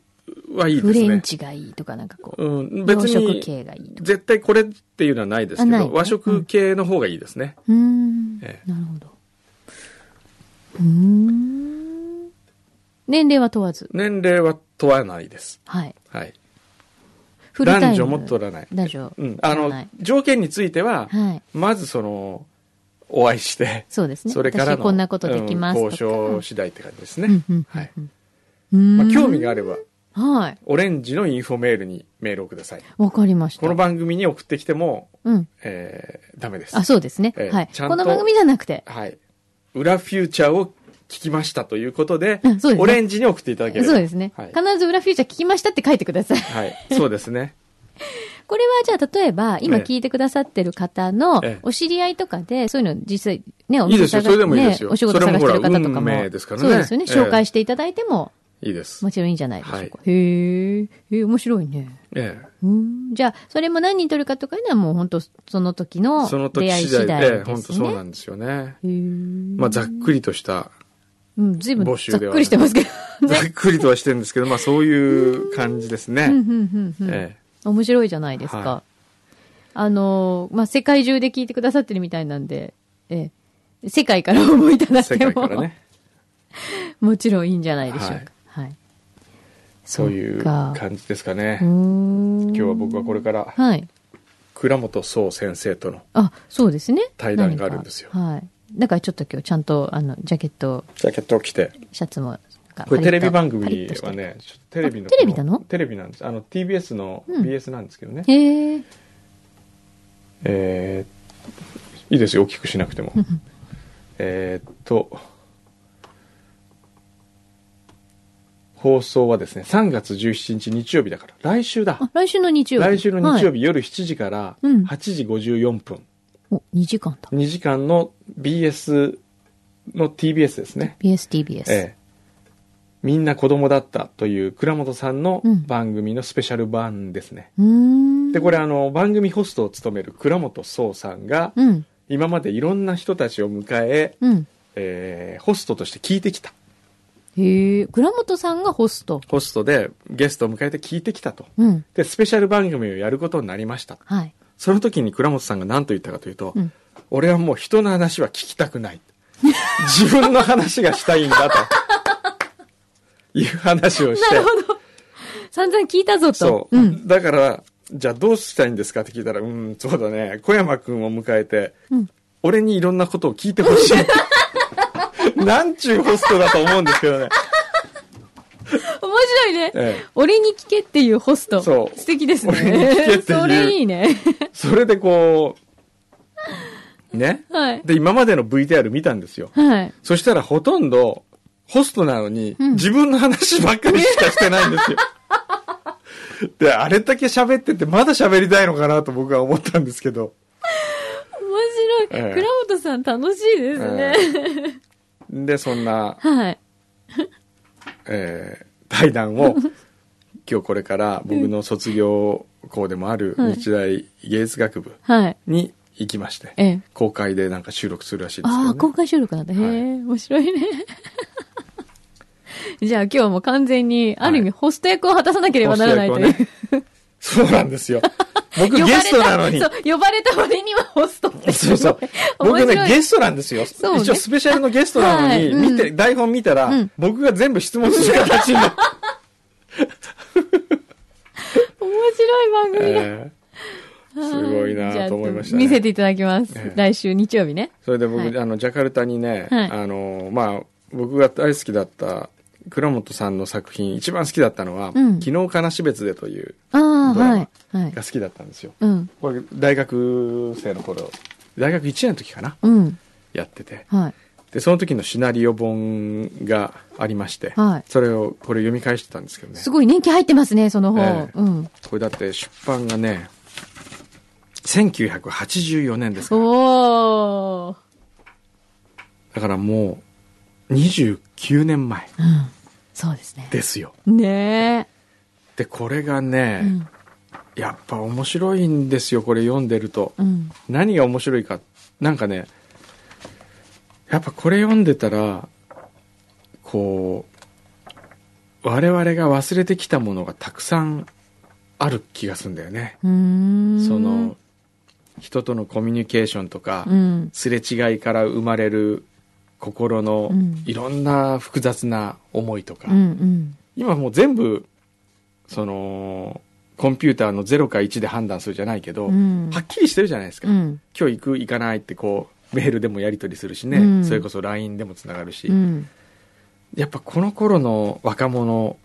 Speaker 2: はいいです
Speaker 3: フ
Speaker 2: ね。
Speaker 3: レンチがいいとか、なんかこう、
Speaker 2: うん、
Speaker 3: 洋
Speaker 2: 別
Speaker 3: 食
Speaker 2: に、
Speaker 3: 系がいいとか。
Speaker 2: 絶対これっていうのはないです
Speaker 3: あ
Speaker 2: け
Speaker 3: ない
Speaker 2: ど、和食系の方がいいですね。
Speaker 3: うーん。
Speaker 2: ええ
Speaker 3: なるほど。うーん。年齢は問わず。
Speaker 2: 年齢は問わないです。
Speaker 3: はい。
Speaker 2: はい。
Speaker 3: フルタイ
Speaker 2: 男
Speaker 3: ム
Speaker 2: 女も取らない。
Speaker 3: 男女。
Speaker 2: うん。あ
Speaker 3: 取ら
Speaker 2: の
Speaker 3: ない、
Speaker 2: 条件については、
Speaker 3: はい。
Speaker 2: まずその、お会いして、
Speaker 3: そうですね。
Speaker 2: それから
Speaker 3: 私
Speaker 2: の、
Speaker 3: こんなことできます
Speaker 2: うん
Speaker 3: とか。
Speaker 2: 交渉次第って感じです
Speaker 3: うんう
Speaker 2: ね
Speaker 3: ん。うん
Speaker 2: はい。
Speaker 3: うん
Speaker 2: まあ、興味があれば、
Speaker 3: はい。
Speaker 2: オレンジのインフォメールにメールをください。
Speaker 3: わかりました。
Speaker 2: この番組に送ってきても、
Speaker 3: うん。
Speaker 2: えー、ダメです。
Speaker 3: あ、そうですね。
Speaker 2: ええ
Speaker 3: はい。
Speaker 2: ちゃん
Speaker 3: ことの番組じゃなくて。
Speaker 2: はい。裏フューチャーを聞きましたということで、
Speaker 3: あそうですね
Speaker 2: オレンジに送っていただければ。
Speaker 3: そうですね。
Speaker 2: はい
Speaker 3: 必。ず裏フューチャー聞きましたって書いてください。
Speaker 2: はい。そうですね。
Speaker 3: これはじゃあ例えば、今
Speaker 2: ええ
Speaker 3: 聞いてくださってる方の
Speaker 2: ええ
Speaker 3: お知り合いとかで、そういうの実際ね、お
Speaker 2: いいです
Speaker 3: 探
Speaker 2: よ
Speaker 3: し
Speaker 2: それでもいいですよ
Speaker 3: ねお仕事探してる方と
Speaker 2: それ
Speaker 3: かも。
Speaker 2: もほら運命ですからね
Speaker 3: そうですよね。
Speaker 2: ええ
Speaker 3: 紹介していただいても、
Speaker 2: いいです。
Speaker 3: もちろんいいんじゃないでしょうか。へえ、へえ、面白いね。
Speaker 2: ええ。
Speaker 3: うんじゃあ、それも何人取るかとかいうのはもう本当その時の
Speaker 2: その
Speaker 3: 出
Speaker 2: 時
Speaker 3: 会い
Speaker 2: 次
Speaker 3: 次第
Speaker 2: 第で、
Speaker 3: ですね。
Speaker 2: 本当そうなんですよね。
Speaker 3: へー
Speaker 2: まあ、ざっくりとした、
Speaker 3: うん、随分
Speaker 2: 募
Speaker 3: ざ
Speaker 2: 集
Speaker 3: っ
Speaker 2: では
Speaker 3: くりしてますけど。
Speaker 2: ざっくりとはしてるんですけど、まあ、そういう感じです
Speaker 3: うん、う
Speaker 2: ね。
Speaker 3: ん、うん、うん。
Speaker 2: え
Speaker 3: 面白いじゃないですか。
Speaker 2: は
Speaker 3: あのー、まあ、世界中で聞いてくださってるみたいなんで、ええ、世界から応募いただ
Speaker 2: え。
Speaker 3: いて
Speaker 2: 世 界
Speaker 3: も、
Speaker 2: からね、
Speaker 3: もちろんいいんじゃないでしょうか。はい。
Speaker 2: そういう
Speaker 3: そっか
Speaker 2: 感じですか
Speaker 3: うー
Speaker 2: ね。
Speaker 3: ん。
Speaker 2: 今日は僕はこれから、
Speaker 3: はい。
Speaker 2: 倉本総先生との
Speaker 3: あ、そうですね。
Speaker 2: 対談があるんですよ
Speaker 3: 何かはい。だからちょっと今日ちゃんと、あの、ジャケットを
Speaker 2: ジャケットを着て、
Speaker 3: シャツも。
Speaker 2: これテレビ番組
Speaker 3: パリッとして
Speaker 2: は。ね、ちょっとテレビの
Speaker 3: あテレビなの
Speaker 2: テレビなんです。あの TBS の
Speaker 3: うん
Speaker 2: BS なんですけどね。
Speaker 3: へえ。
Speaker 2: えーいいですよ、大きくしなくても。えーっと、放送はですね、3月17日日曜日だから、来週だ。
Speaker 3: あ、来週の日曜日。
Speaker 2: 来週の日曜
Speaker 3: 日。
Speaker 2: 日、夜7時から
Speaker 3: うん
Speaker 2: 8時54分、
Speaker 3: お、2時間だ。
Speaker 2: 2時間の BS の TBS ですね。
Speaker 3: BSTBS。
Speaker 2: ええみんな子供だったという倉本さんの
Speaker 3: うん
Speaker 2: 番組のスペシャル版ですね。
Speaker 3: うーん。
Speaker 2: で、これあの、番組ホストを務める倉本壮さんが、
Speaker 3: うん。
Speaker 2: 今までいろんな人たちを迎え、
Speaker 3: うん。
Speaker 2: えーホストとして聞いてきた。
Speaker 3: へえ。倉本さんがホスト。
Speaker 2: ホストでゲストを迎えて聞いてきたと。
Speaker 3: うん。
Speaker 2: で、スペシャル番組をやることになりました。
Speaker 3: はい。
Speaker 2: その時に倉本さんが何と言ったかというと、
Speaker 3: うん
Speaker 2: 俺はもう人の 話は聞きたくない。自分の話がしたいんだと。いう話をして。
Speaker 3: 散々聞いたぞと。
Speaker 2: そう、
Speaker 3: ん。
Speaker 2: だから、じゃあどうしたいんですかって聞いたら、うん、そうだね。小山くんを迎えて、俺にいろんなことを聞いてほし い。なんちゅうホストだと思うんですけどね。
Speaker 3: 面白いね、
Speaker 2: ええ
Speaker 3: 俺に聞けっていうホスト。
Speaker 2: そう
Speaker 3: 素敵ですね。
Speaker 2: 俺に聞けっていう
Speaker 3: それいいね。
Speaker 2: それでこう、ね。
Speaker 3: はい。
Speaker 2: で、今までの VTR 見たんですよ。
Speaker 3: はい。
Speaker 2: そしたらほとんど、ホストなのに、
Speaker 3: ん
Speaker 2: 自分の話ばっかりしかしてない んですよ。で、あれだけ喋ってて、まだ喋りたいのかなと僕は思ったんですけど。
Speaker 3: 面白い。
Speaker 2: ええ
Speaker 3: 倉本さん楽しいですね。
Speaker 2: で、そんな、
Speaker 3: はい。
Speaker 2: えー対談 を今日これから僕の卒業校でもある
Speaker 3: はい
Speaker 2: 日大芸術学部
Speaker 3: はい。
Speaker 2: に行きまして、
Speaker 3: ええ。
Speaker 2: 公開でなんか収録するらしいですけ
Speaker 3: あ
Speaker 2: ど、
Speaker 3: あ、公
Speaker 2: ね、
Speaker 3: 開収録なんだ。へえ、
Speaker 2: はい
Speaker 3: 面白いね。 じゃあ今日はもう完全に、ある意味、
Speaker 2: はい
Speaker 3: ホスト役を果たさなければならないという。
Speaker 2: ホストそうなんですよ僕
Speaker 3: 呼ばれ
Speaker 2: ゲ
Speaker 3: た
Speaker 2: ストなのに
Speaker 3: そう、呼ばれた割にはホストって。
Speaker 2: そうそう
Speaker 3: 面
Speaker 2: 僕
Speaker 3: 白
Speaker 2: ね
Speaker 3: い
Speaker 2: ゲストなんですよ、
Speaker 3: そうね
Speaker 2: 一応スペシャルのゲストなの
Speaker 3: はい
Speaker 2: に、
Speaker 3: うん
Speaker 2: 見て台本見たら、
Speaker 3: うん
Speaker 2: 僕が全部質問する形になって、
Speaker 3: 面白い 番組だ。
Speaker 2: えーすごいなと思いました
Speaker 3: じゃあ見せ
Speaker 2: ね
Speaker 3: ていただきます。
Speaker 2: ええ
Speaker 3: 来週日曜日ね。
Speaker 2: それで僕、
Speaker 3: はい
Speaker 2: あのジャカルタにね、
Speaker 3: はい
Speaker 2: あのまあ僕が大好きだった倉本さんの作品一番好きだったのは「
Speaker 3: うん
Speaker 2: 昨日悲し別で」という
Speaker 3: ああ、
Speaker 2: ドラマ
Speaker 3: はい。はい
Speaker 2: が。好きだったんですよ
Speaker 3: うん。
Speaker 2: これ大学生の頃大学1年の時かな
Speaker 3: うん。
Speaker 2: やってて
Speaker 3: はい。
Speaker 2: でその時のシナリオ本がありまして、
Speaker 3: はい
Speaker 2: それをこれ読み返してたんですけどね
Speaker 3: すごい年季入ってますね、その方
Speaker 2: え。え
Speaker 3: うん。
Speaker 2: これだって出版がね1984年ですから
Speaker 3: おー。
Speaker 2: だからもう29年前
Speaker 3: そうですね。
Speaker 2: ですよ
Speaker 3: ね
Speaker 2: でこれがね、
Speaker 3: え。うん。
Speaker 2: やっぱ面白いんですよこれ読んでると、
Speaker 3: うん。
Speaker 2: 何が面白いかなんかねやっぱこれ読んでたらこう我々が忘れてきたものがたくさんある気がするんだよね、
Speaker 3: うーん。
Speaker 2: その、人とのコミュニケーションとか、
Speaker 3: うん。
Speaker 2: すれ違いから生まれる心の
Speaker 3: うん
Speaker 2: いろんな複雑な思いとか、
Speaker 3: うんうん。
Speaker 2: 今もう全部そのコンピューターの0か1で判断するじゃないけど、
Speaker 3: うん
Speaker 2: はっきりしてるじゃないですか、
Speaker 3: うん。
Speaker 2: 今日行く行かないってこうメールでもやり取りするしね、
Speaker 3: うん
Speaker 2: それこそ LINE でもつながるし、
Speaker 3: うん。
Speaker 2: やっぱこの頃の若者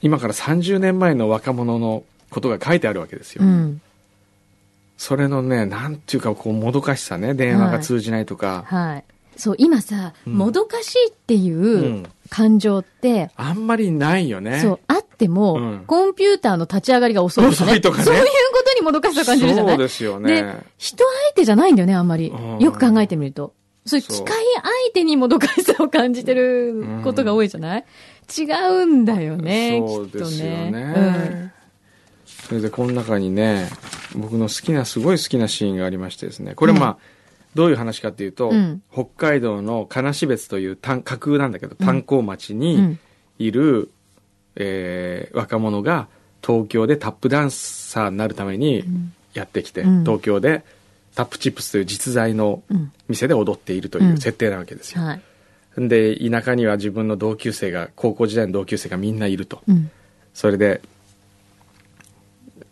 Speaker 2: 今から30年前の若者のことが書いてあるわけですよ、
Speaker 3: うん。
Speaker 2: それのねなんていうかこうもどかしさね電話が通じないとか、
Speaker 3: はい。そう、今さ、
Speaker 2: うん
Speaker 3: もどかしいっていううん感情って、
Speaker 2: あんまりないよね
Speaker 3: そう、あっても、
Speaker 2: うん
Speaker 3: コンピューターの立ち上がりが遅いとか、ね。
Speaker 2: 遅いとかね
Speaker 3: そういうことにもどかしさを感じるじゃない
Speaker 2: そうですよ
Speaker 3: で
Speaker 2: ね
Speaker 3: 人相手じゃないんだよね、あんまり
Speaker 2: うん。
Speaker 3: よく考えてみると。そういう機
Speaker 2: そう
Speaker 3: 械相手にもどかしさを感じてることが多いじゃない、違うんだよね、きっとね。
Speaker 2: そうですよね。
Speaker 3: うん
Speaker 2: それでこの中にね僕の好きなすごい好きなシーンがありましてですねこれまあ、どういう話かっていうと、
Speaker 3: うん
Speaker 2: 北海道の金標別という炭架空なんだけど炭鉱町にいる、えー若者が東京でタップダンサーになるためにやってきて、
Speaker 3: うん
Speaker 2: 東京でタップチップスという実在の
Speaker 3: うん
Speaker 2: 店で踊っているという設定なわけですよ。
Speaker 3: はい。
Speaker 2: で田舎には自分の同級生が高校時代の同級生がみんないると、
Speaker 3: うん。
Speaker 2: それで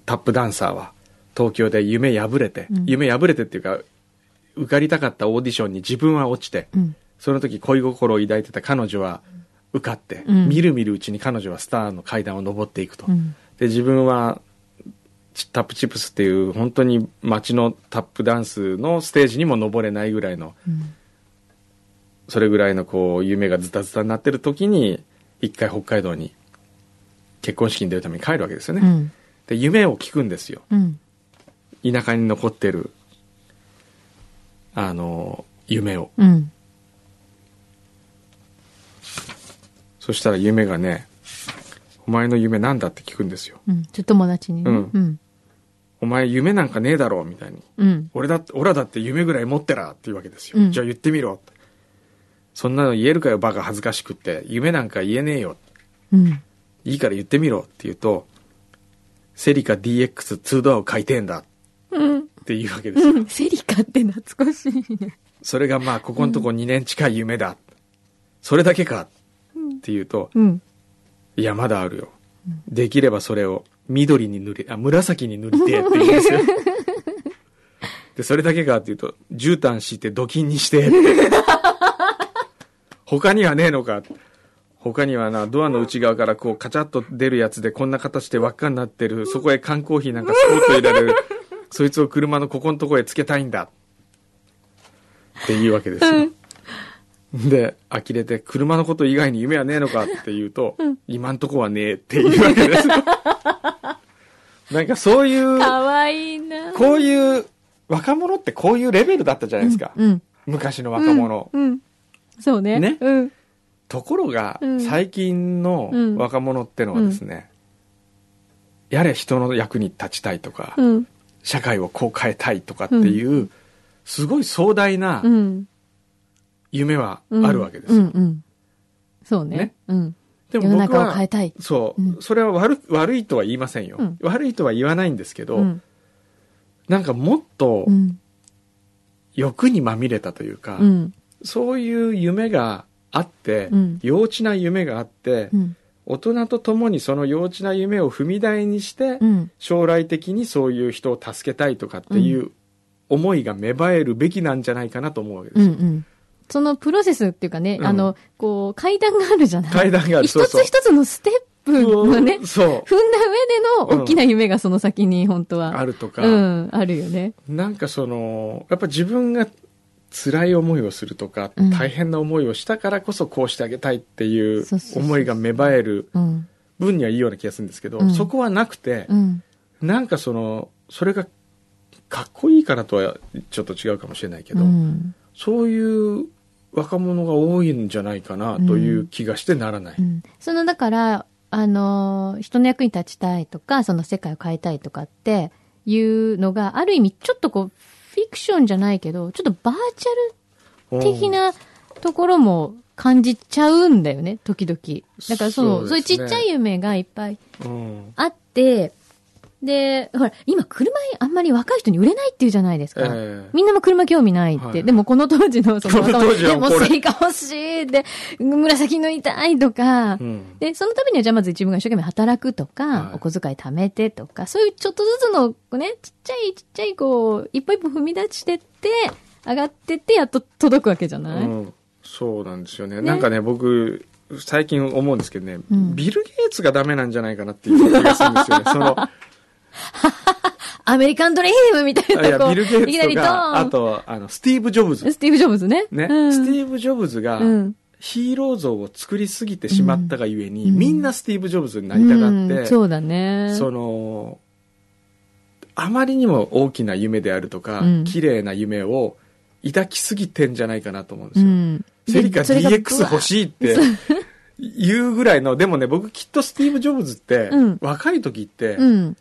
Speaker 2: タップダンサーは東京で夢破れて、
Speaker 3: うん
Speaker 2: 夢破れてっていうか受かりたかったオーディションに自分は落ちて、
Speaker 3: うん。
Speaker 2: その時恋心を抱いてた彼女は受かって、
Speaker 3: うん
Speaker 2: みるみるうちに彼女はスターの階段を上っていくと、
Speaker 3: うん。
Speaker 2: で自分はチタップチップスっていう本当に街のタップダンスのステージにも登れないぐらいの
Speaker 3: うん
Speaker 2: それぐらいのこう夢がズタズタになってる時に一回北海道に結婚式に出るために帰るわけですよね、
Speaker 3: うん。
Speaker 2: で夢を聞くんですよ
Speaker 3: うん。
Speaker 2: 田舎に残ってるあの夢を
Speaker 3: うん。
Speaker 2: そしたら夢がね「お前の夢なんだ?」って聞くんですよ
Speaker 3: うん。ちょっと友達にね。
Speaker 2: うん
Speaker 3: うん。
Speaker 2: 「お前夢なんかねえだろ」みたいに
Speaker 3: うん。
Speaker 2: 俺だって、俺らだって夢ぐらい持ってらっていうわけですよ。
Speaker 3: うん
Speaker 2: じゃあ言ってみろって。そんなの言えるかよ、バカ恥ずかしくって。夢なんか言えねえよ。
Speaker 3: うん。
Speaker 2: いいから言ってみろって言うと、セリカ DX2 ドアを買いてえんだ
Speaker 3: うん。
Speaker 2: っていうわけですよ。
Speaker 3: うん。セリカって懐かしいね。
Speaker 2: それがまあ、ここのとこ2年近い夢だ。それだけか。って言うと、
Speaker 3: うん。
Speaker 2: いや、まだあるよ。できればそれを緑に塗り、あ、紫に塗りてえって言うんですよ。で、それだけかっていうと、絨毯敷いて土金に して。他にはねえのか。他にはな、ドアの内側からこうカチャッと出るやつでこんな形で輪っかになってる、そこへ缶コーヒーなんかスポッと入れられる、そいつを車のここのとこへつけたいんだ。っていうわけですよ。で呆れて車のこと以外に夢はねえのかって言うと、今んとこはねえっていうわけです なんかそういう
Speaker 3: かわいいな。
Speaker 2: こういう若者ってこういうレベルだったじゃないですか、
Speaker 3: うん。
Speaker 2: 昔の若者、
Speaker 3: うん。そうね。
Speaker 2: ね
Speaker 3: うん。
Speaker 2: ところが、
Speaker 3: うん
Speaker 2: 最近の若者ってのはですね、やれ人の役に立ちたいとか、
Speaker 3: うん。
Speaker 2: 社会をこう変えたいとかっていう、すごい壮大な
Speaker 3: うん。
Speaker 2: 夢は
Speaker 3: うん
Speaker 2: あるわけですよ、
Speaker 3: うん。うん。そうね
Speaker 2: ね。
Speaker 3: うん。
Speaker 2: で
Speaker 3: 世の
Speaker 2: も僕
Speaker 3: 中を
Speaker 2: は
Speaker 3: 変えたい。
Speaker 2: そう、
Speaker 3: うん
Speaker 2: それは悪悪いとは言いませんよ、
Speaker 3: うん
Speaker 2: 悪いとは言わないんですけど、
Speaker 3: うん。
Speaker 2: なんかもっと
Speaker 3: うん。
Speaker 2: 欲にまみれたというか、
Speaker 3: うん。
Speaker 2: そういう夢があって、
Speaker 3: うん
Speaker 2: 幼稚な夢があって、
Speaker 3: うん。
Speaker 2: 大人と共にその幼稚な夢を踏み台にして、
Speaker 3: うん。
Speaker 2: 将来的にそういう人を助けたいとかっていう思いが芽生えるべきなんじゃないかなと思うわけです
Speaker 3: うん
Speaker 2: よ、
Speaker 3: うん。そのプロセスっていうかね、
Speaker 2: うん
Speaker 3: あの、こう、階段があるじゃない
Speaker 2: 階段がある
Speaker 3: 一つ一つのステップのね、
Speaker 2: そ
Speaker 3: 踏
Speaker 2: う
Speaker 3: んだ上での大きな夢がその先に本当は。
Speaker 2: あるとか、
Speaker 3: うん、あるよね。
Speaker 2: なんかそのやっぱ自分が辛い思いをするとか、
Speaker 3: うん
Speaker 2: 大変な思いをしたからこそこうしてあげたいっていう
Speaker 3: そうそうそう
Speaker 2: 思いが芽生える
Speaker 3: うん。
Speaker 2: 分にはいいような気がするんですけど、
Speaker 3: うん
Speaker 2: そこはなくて
Speaker 3: う、ん。
Speaker 2: なんかそのそれがかっこいいからとはちょっと違うかもしれないけ
Speaker 3: う
Speaker 2: ど、
Speaker 3: ん。
Speaker 2: そういう若者が多いんじゃないかなという気がしてならない。
Speaker 3: うんそのだから、あのー、人の役に立ちたいとか、その世界を変えたいとかっていうのが、ある意味ちょっとこう、フィクションじゃないけど、ちょっとバーチャル的なところも感じちゃうんだよね、時々。だからその、そう,、
Speaker 2: そう
Speaker 3: い
Speaker 2: で
Speaker 3: う
Speaker 2: す
Speaker 3: ちっ
Speaker 2: ね
Speaker 3: ちゃい夢がいっぱい
Speaker 2: うん、
Speaker 3: あって、で、ほら、今車あんまり若い人に売れないって言うじゃないです
Speaker 2: え
Speaker 3: か。
Speaker 2: え
Speaker 3: みんなも車興味ないって。
Speaker 2: はい
Speaker 3: でもこの当時 のその
Speaker 2: この当時は
Speaker 3: でも
Speaker 2: これ
Speaker 3: スイカ欲しい で、紫の痛いとか、
Speaker 2: うん
Speaker 3: で、そのためには、じゃあまず自分が一生懸命働くとか、
Speaker 2: はい
Speaker 3: お小遣い貯めてとか、そういうちょっとずつの、こうね、ちっちゃいちっちゃい、こう、一歩一歩踏み出してって、上がってって、やっと届くわけじゃない、
Speaker 2: うん、そうなんですよねなんかね僕最近思うんですけどね、
Speaker 3: うん
Speaker 2: ビル・ゲイツがダメなんじゃないかなっていう気がするんです よねその
Speaker 3: アメリカンドリームみたい
Speaker 2: い
Speaker 3: な、こう、
Speaker 2: やビル・ゲ
Speaker 3: い
Speaker 2: イ
Speaker 3: きな
Speaker 2: ツ
Speaker 3: り
Speaker 2: と
Speaker 3: ド
Speaker 2: か
Speaker 3: ー
Speaker 2: あ
Speaker 3: ン
Speaker 2: とあのスティーブ・ジョブズ
Speaker 3: スティーブ・ジョブズね。
Speaker 2: ね、
Speaker 3: うん、
Speaker 2: スティーブ・ジョブズが
Speaker 3: うん
Speaker 2: ヒーロー像を作りすぎてしまったがゆえに、
Speaker 3: うん
Speaker 2: みんなスティーブ・ジョブズになりたがって、
Speaker 3: うんそうだね。
Speaker 2: そのあまりにも大きな夢であるとか、
Speaker 3: うん
Speaker 2: 綺麗な夢を抱きすぎてんじゃないかなと思うんです
Speaker 3: う
Speaker 2: よ、
Speaker 3: ん。
Speaker 2: セリカ
Speaker 3: それが
Speaker 2: DX 欲しいって言うぐらいの、でもね、僕きっとスティーブ・ジョブズって
Speaker 3: うん、
Speaker 2: 若い時って
Speaker 3: う、ん。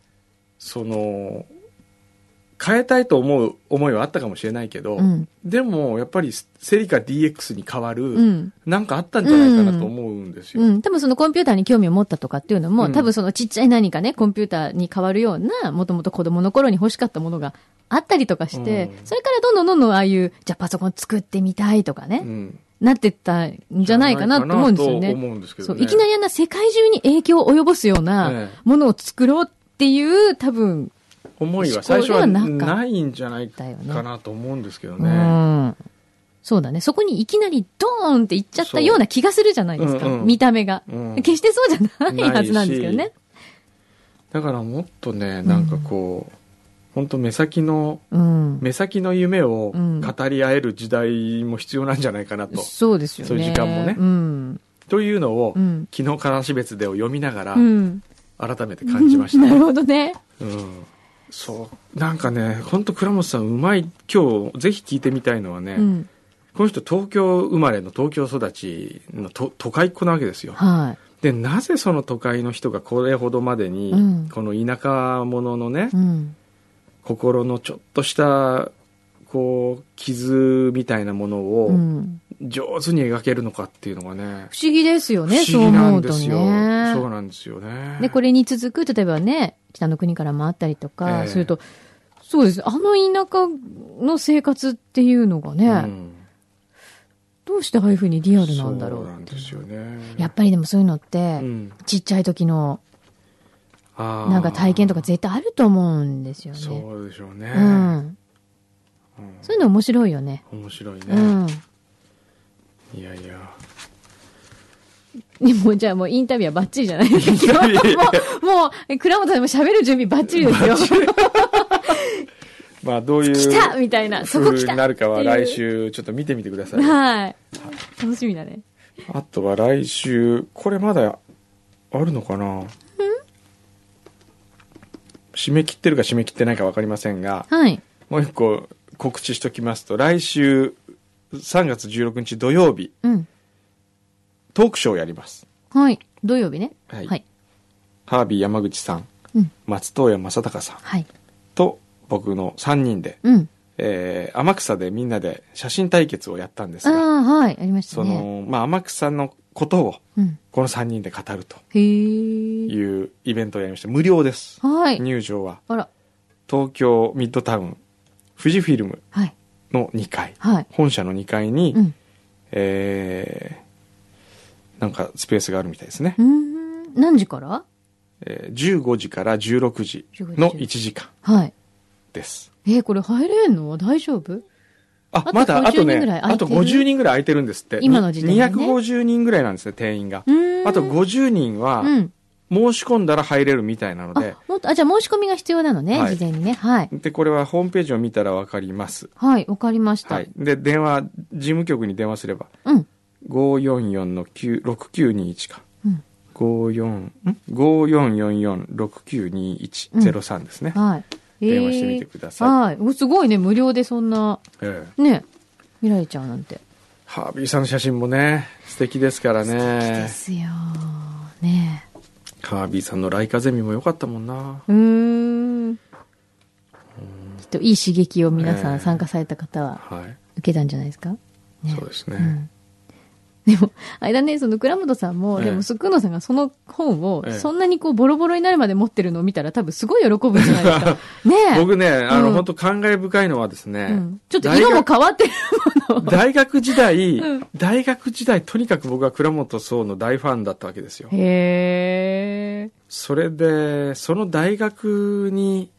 Speaker 2: その、変えたいと思う思いはあったかもしれないけど
Speaker 3: う、ん。
Speaker 2: でもやっぱりセリカ DX に変わ
Speaker 3: う
Speaker 2: る、
Speaker 3: ん。
Speaker 2: なんかあったんじゃないかなと思うんですよ。
Speaker 3: うん。多分そのコンピューターに興味を持ったとかっていうのも、
Speaker 2: うん
Speaker 3: 多分そのちっちゃい何かね、コンピューターに変わるような、もともと子供の頃に欲しかったものがあったりとかして、
Speaker 2: うん
Speaker 3: それからどんどんどんどんああいう、じゃあパソコン作ってみたいとかね、
Speaker 2: うん
Speaker 3: なってったんじゃないかなと思うんですよ
Speaker 2: じゃな
Speaker 3: ね
Speaker 2: いか。なと思うんですけ
Speaker 3: そ
Speaker 2: ど
Speaker 3: う、
Speaker 2: ね。
Speaker 3: いきなりあんな世界中に影響を及ぼすような
Speaker 2: ええ
Speaker 3: ものを作ろうっていう、多分、
Speaker 2: 思いは最初は
Speaker 3: 思考ではなかった
Speaker 2: ないんじゃないかなと思うんですけど
Speaker 3: う
Speaker 2: ね。
Speaker 3: ん。そうだね。そこにいきなりドーンっていっちゃったような気がするじゃないですか。
Speaker 2: そううんうん
Speaker 3: 見た目が、
Speaker 2: うん
Speaker 3: 決してそうじゃないはずなんですけど
Speaker 2: な
Speaker 3: ね
Speaker 2: いし。だからもっとね、なんかこう、本当目先の
Speaker 3: うん。
Speaker 2: 目先の夢を
Speaker 3: うん
Speaker 2: 語り合える時代も必要なんじゃないかなと。
Speaker 3: そうですよね。
Speaker 2: そういう時間もね
Speaker 3: うん。
Speaker 2: というのを、
Speaker 3: うん
Speaker 2: 昨日金足別でを読みながら、
Speaker 3: うん。
Speaker 2: 改めて感じまし
Speaker 3: なる
Speaker 2: た。
Speaker 3: ほどね。
Speaker 2: うん、そう。なんかね、本当倉本さんうまい、今日ぜひ聞いてみたいのはね、
Speaker 3: うん。
Speaker 2: この人東京生まれの東京育ちのと都会っ子なわけですよ。
Speaker 3: は
Speaker 2: で、なぜその都会の人がこれほどまでに、
Speaker 3: うん
Speaker 2: この田舎者のね
Speaker 3: い。う、ん。
Speaker 2: 心のちょっとした、こう、傷みたいなものを、
Speaker 3: うん。
Speaker 2: 上手に描けるのかっていうのがね、
Speaker 3: 不思議ですよね、
Speaker 2: 不
Speaker 3: そう
Speaker 2: 思議な
Speaker 3: 思
Speaker 2: ん
Speaker 3: う
Speaker 2: で
Speaker 3: と
Speaker 2: すよ。そう
Speaker 3: ね。
Speaker 2: なんですよね。
Speaker 3: で、これに続く、例えばね、北の国から回ったりと
Speaker 2: え
Speaker 3: か
Speaker 2: え
Speaker 3: すると、そうです。あの田舎の生活っていうのがね、
Speaker 2: うん
Speaker 3: どどうしてああいう風にリアルなんだろ
Speaker 2: そう
Speaker 3: う
Speaker 2: な
Speaker 3: っ
Speaker 2: ん
Speaker 3: て
Speaker 2: で
Speaker 3: いう
Speaker 2: すよね。
Speaker 3: やっぱりでもそういうのって、
Speaker 2: うん
Speaker 3: ちっちゃい時の
Speaker 2: あー
Speaker 3: なんか体験とか絶対あると思うんですよね。
Speaker 2: そうでしょうね。
Speaker 3: うん。そういうの面白いよね。
Speaker 2: 面白いね。
Speaker 3: うん。
Speaker 2: いやいや。
Speaker 3: でもじゃあもうインタビューはバッチリじゃないですか。今日はもう、もうえ、倉本さんも喋る準備バッチリですよ。
Speaker 2: まあどういう
Speaker 3: 来たみたいなそこ来た
Speaker 2: 風になるかは
Speaker 3: っていう
Speaker 2: 来週ちょっと見てみてください。
Speaker 3: はい。楽しみだね。
Speaker 2: あとは来週、これまだあるのかな締め切ってるか締め切ってないか分かりませんが、
Speaker 3: はい。
Speaker 2: もう一個告知しときますと、来週3月16日土曜日、
Speaker 3: うん。
Speaker 2: トークショーをやります。
Speaker 3: はい。土曜日ね。
Speaker 2: はい
Speaker 3: はい。
Speaker 2: ハービー山口さん、
Speaker 3: うん
Speaker 2: 松任谷正隆さん
Speaker 3: はい。
Speaker 2: と僕の3人で、
Speaker 3: うん。
Speaker 2: えー天草でみんなで写真対決をやったんです
Speaker 3: あ
Speaker 2: が、
Speaker 3: あ、はい。ありました
Speaker 2: そ
Speaker 3: ね。
Speaker 2: の、まあ、天草のことを
Speaker 3: うん。
Speaker 2: この3人で語ると
Speaker 3: へえ。
Speaker 2: いうイベントをやりまして、無料です。
Speaker 3: はい。
Speaker 2: 入場は
Speaker 3: あら。
Speaker 2: 東京ミッドタウン富士フィルム
Speaker 3: はい。
Speaker 2: の2階
Speaker 3: はい。
Speaker 2: 本社の2階に、
Speaker 3: うん。
Speaker 2: えーなんかスペースがあるみたいですね
Speaker 3: う、ーん。何時から
Speaker 2: えー15時から16時の1時間
Speaker 3: はい。
Speaker 2: です
Speaker 3: えーこれ入れんの大丈夫
Speaker 2: あ
Speaker 3: あと
Speaker 2: まだあ
Speaker 3: 50
Speaker 2: と
Speaker 3: 人ぐらい
Speaker 2: ね
Speaker 3: 空い
Speaker 2: あ
Speaker 3: て
Speaker 2: と
Speaker 3: る
Speaker 2: 50人ぐらい空いてるんですって
Speaker 3: 今の時点でね
Speaker 2: 250人ぐらいなんですね定員が
Speaker 3: うーん。
Speaker 2: あと50人は
Speaker 3: うん。
Speaker 2: 申し込んだら入れるみたいなの
Speaker 3: あ
Speaker 2: で、、
Speaker 3: もっと、あ、じゃあ申し込みが必要なのね、
Speaker 2: はい
Speaker 3: 事前にね。はい。
Speaker 2: でこれはホームページを見たらわかります
Speaker 3: はい、わかりました。
Speaker 2: はいで電話事務局に電話すれば
Speaker 3: うん。
Speaker 2: 544の9 6921か、
Speaker 3: うん
Speaker 2: 54ん5444692103ですね、
Speaker 3: はい。
Speaker 2: 電話してみてください
Speaker 3: えーはい。おすごいね、無料でそんな、
Speaker 2: ええ
Speaker 3: ね、見られちゃうなんて。
Speaker 2: ハービーさんの写真もね素敵ですから
Speaker 3: で
Speaker 2: ね
Speaker 3: すよ。ね
Speaker 2: ハービーさんのライカゼミも良かったもんな
Speaker 3: えうーん。きっといい刺激を皆さ
Speaker 2: ええ
Speaker 3: ん参加された方は
Speaker 2: はい、
Speaker 3: 受けたんじゃないですかね
Speaker 2: そうですね、
Speaker 3: うんでも、あれだね、その倉本さんも、
Speaker 2: ええ
Speaker 3: でも、すくのさんがその本を
Speaker 2: ええ、
Speaker 3: そんなにこう、ボロボロになるまで持ってるのを見たら、多分すごい喜ぶんじゃないです か。ねえ。
Speaker 2: 僕ねあの、
Speaker 3: うん
Speaker 2: 本当感慨深いのはですね、
Speaker 3: うんちょっと色も変わ ってるもの。
Speaker 2: 大学時代、
Speaker 3: うん
Speaker 2: 大学時代とにかく僕は倉本壮の大ファンだったわけですよ
Speaker 3: へえ。
Speaker 2: それでその大学に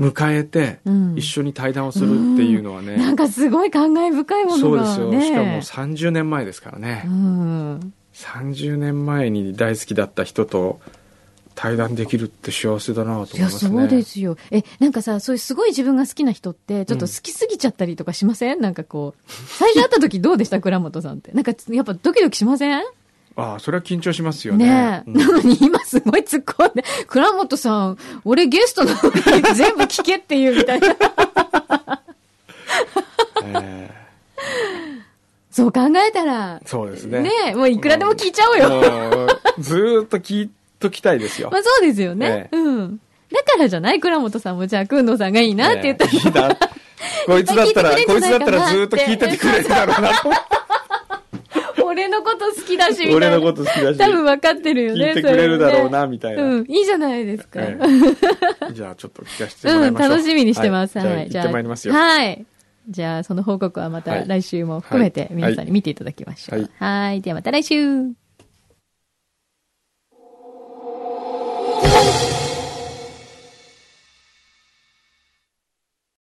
Speaker 2: 迎えて、
Speaker 3: うん
Speaker 2: 一緒に対談をするっていうのはね、
Speaker 3: なんかすごい感慨深いもの
Speaker 2: そうで
Speaker 3: が、ね。
Speaker 2: すよ、しかも30年前ですからね、
Speaker 3: うん。
Speaker 2: 30年前に大好きだった人と対談できるって幸せだなと思
Speaker 3: い
Speaker 2: いま
Speaker 3: や、
Speaker 2: す
Speaker 3: そ
Speaker 2: ね
Speaker 3: うですよ。え、なんかさ、そういうすごい自分が好きな人って、ちょっと好きすぎちゃったりとかしません、なんかこう、最初会った時どうでした倉本さんって。なんか、やっぱドキドキしません
Speaker 2: ああそれは緊張しますよね
Speaker 3: ねえ。
Speaker 2: うん
Speaker 3: なのに今すごい突っ込んで、 倉本さん、俺ゲストなのに 全部聞けっていうみたいな。
Speaker 2: え
Speaker 3: そう考えたら、
Speaker 2: そうですね
Speaker 3: ねえもういくらでも聞いちゃおう よ。
Speaker 2: えもうずーっと聞いときたいですよ、
Speaker 3: まあそうですよね。
Speaker 2: え
Speaker 3: うん。だからじゃない倉本さんも、じゃあ、くんどうさんがいいなって言ったら、
Speaker 2: ええいいなこいつだったら
Speaker 3: いっぱ
Speaker 2: こ
Speaker 3: い聞いてくれん
Speaker 2: い
Speaker 3: じ
Speaker 2: つ
Speaker 3: ゃな
Speaker 2: だ
Speaker 3: いかな
Speaker 2: ったらずーっと聞いててくれるだろうな と思って
Speaker 3: 俺のこと好きだし、みたいな。
Speaker 2: 俺のこと好きだし
Speaker 3: 多分分かってるよね。
Speaker 2: 聞いてくれるだろうなみた
Speaker 3: そ
Speaker 2: い
Speaker 3: れ
Speaker 2: な、
Speaker 3: はね。うん、いいじゃないですか。
Speaker 2: ええじゃあちょっと聞かせてもら
Speaker 3: う
Speaker 2: い
Speaker 3: ん、
Speaker 2: ましょう。
Speaker 3: 楽しみにしてます。
Speaker 2: は、
Speaker 3: はいい。
Speaker 2: じゃあ行ってまいりますよ。
Speaker 3: はい。じゃあ、その報告はま
Speaker 2: は
Speaker 3: た
Speaker 2: い
Speaker 3: 来週も含めて
Speaker 2: はい
Speaker 3: 皆さんに見ていただきましょう。
Speaker 2: は
Speaker 3: はいい。ではまた来週。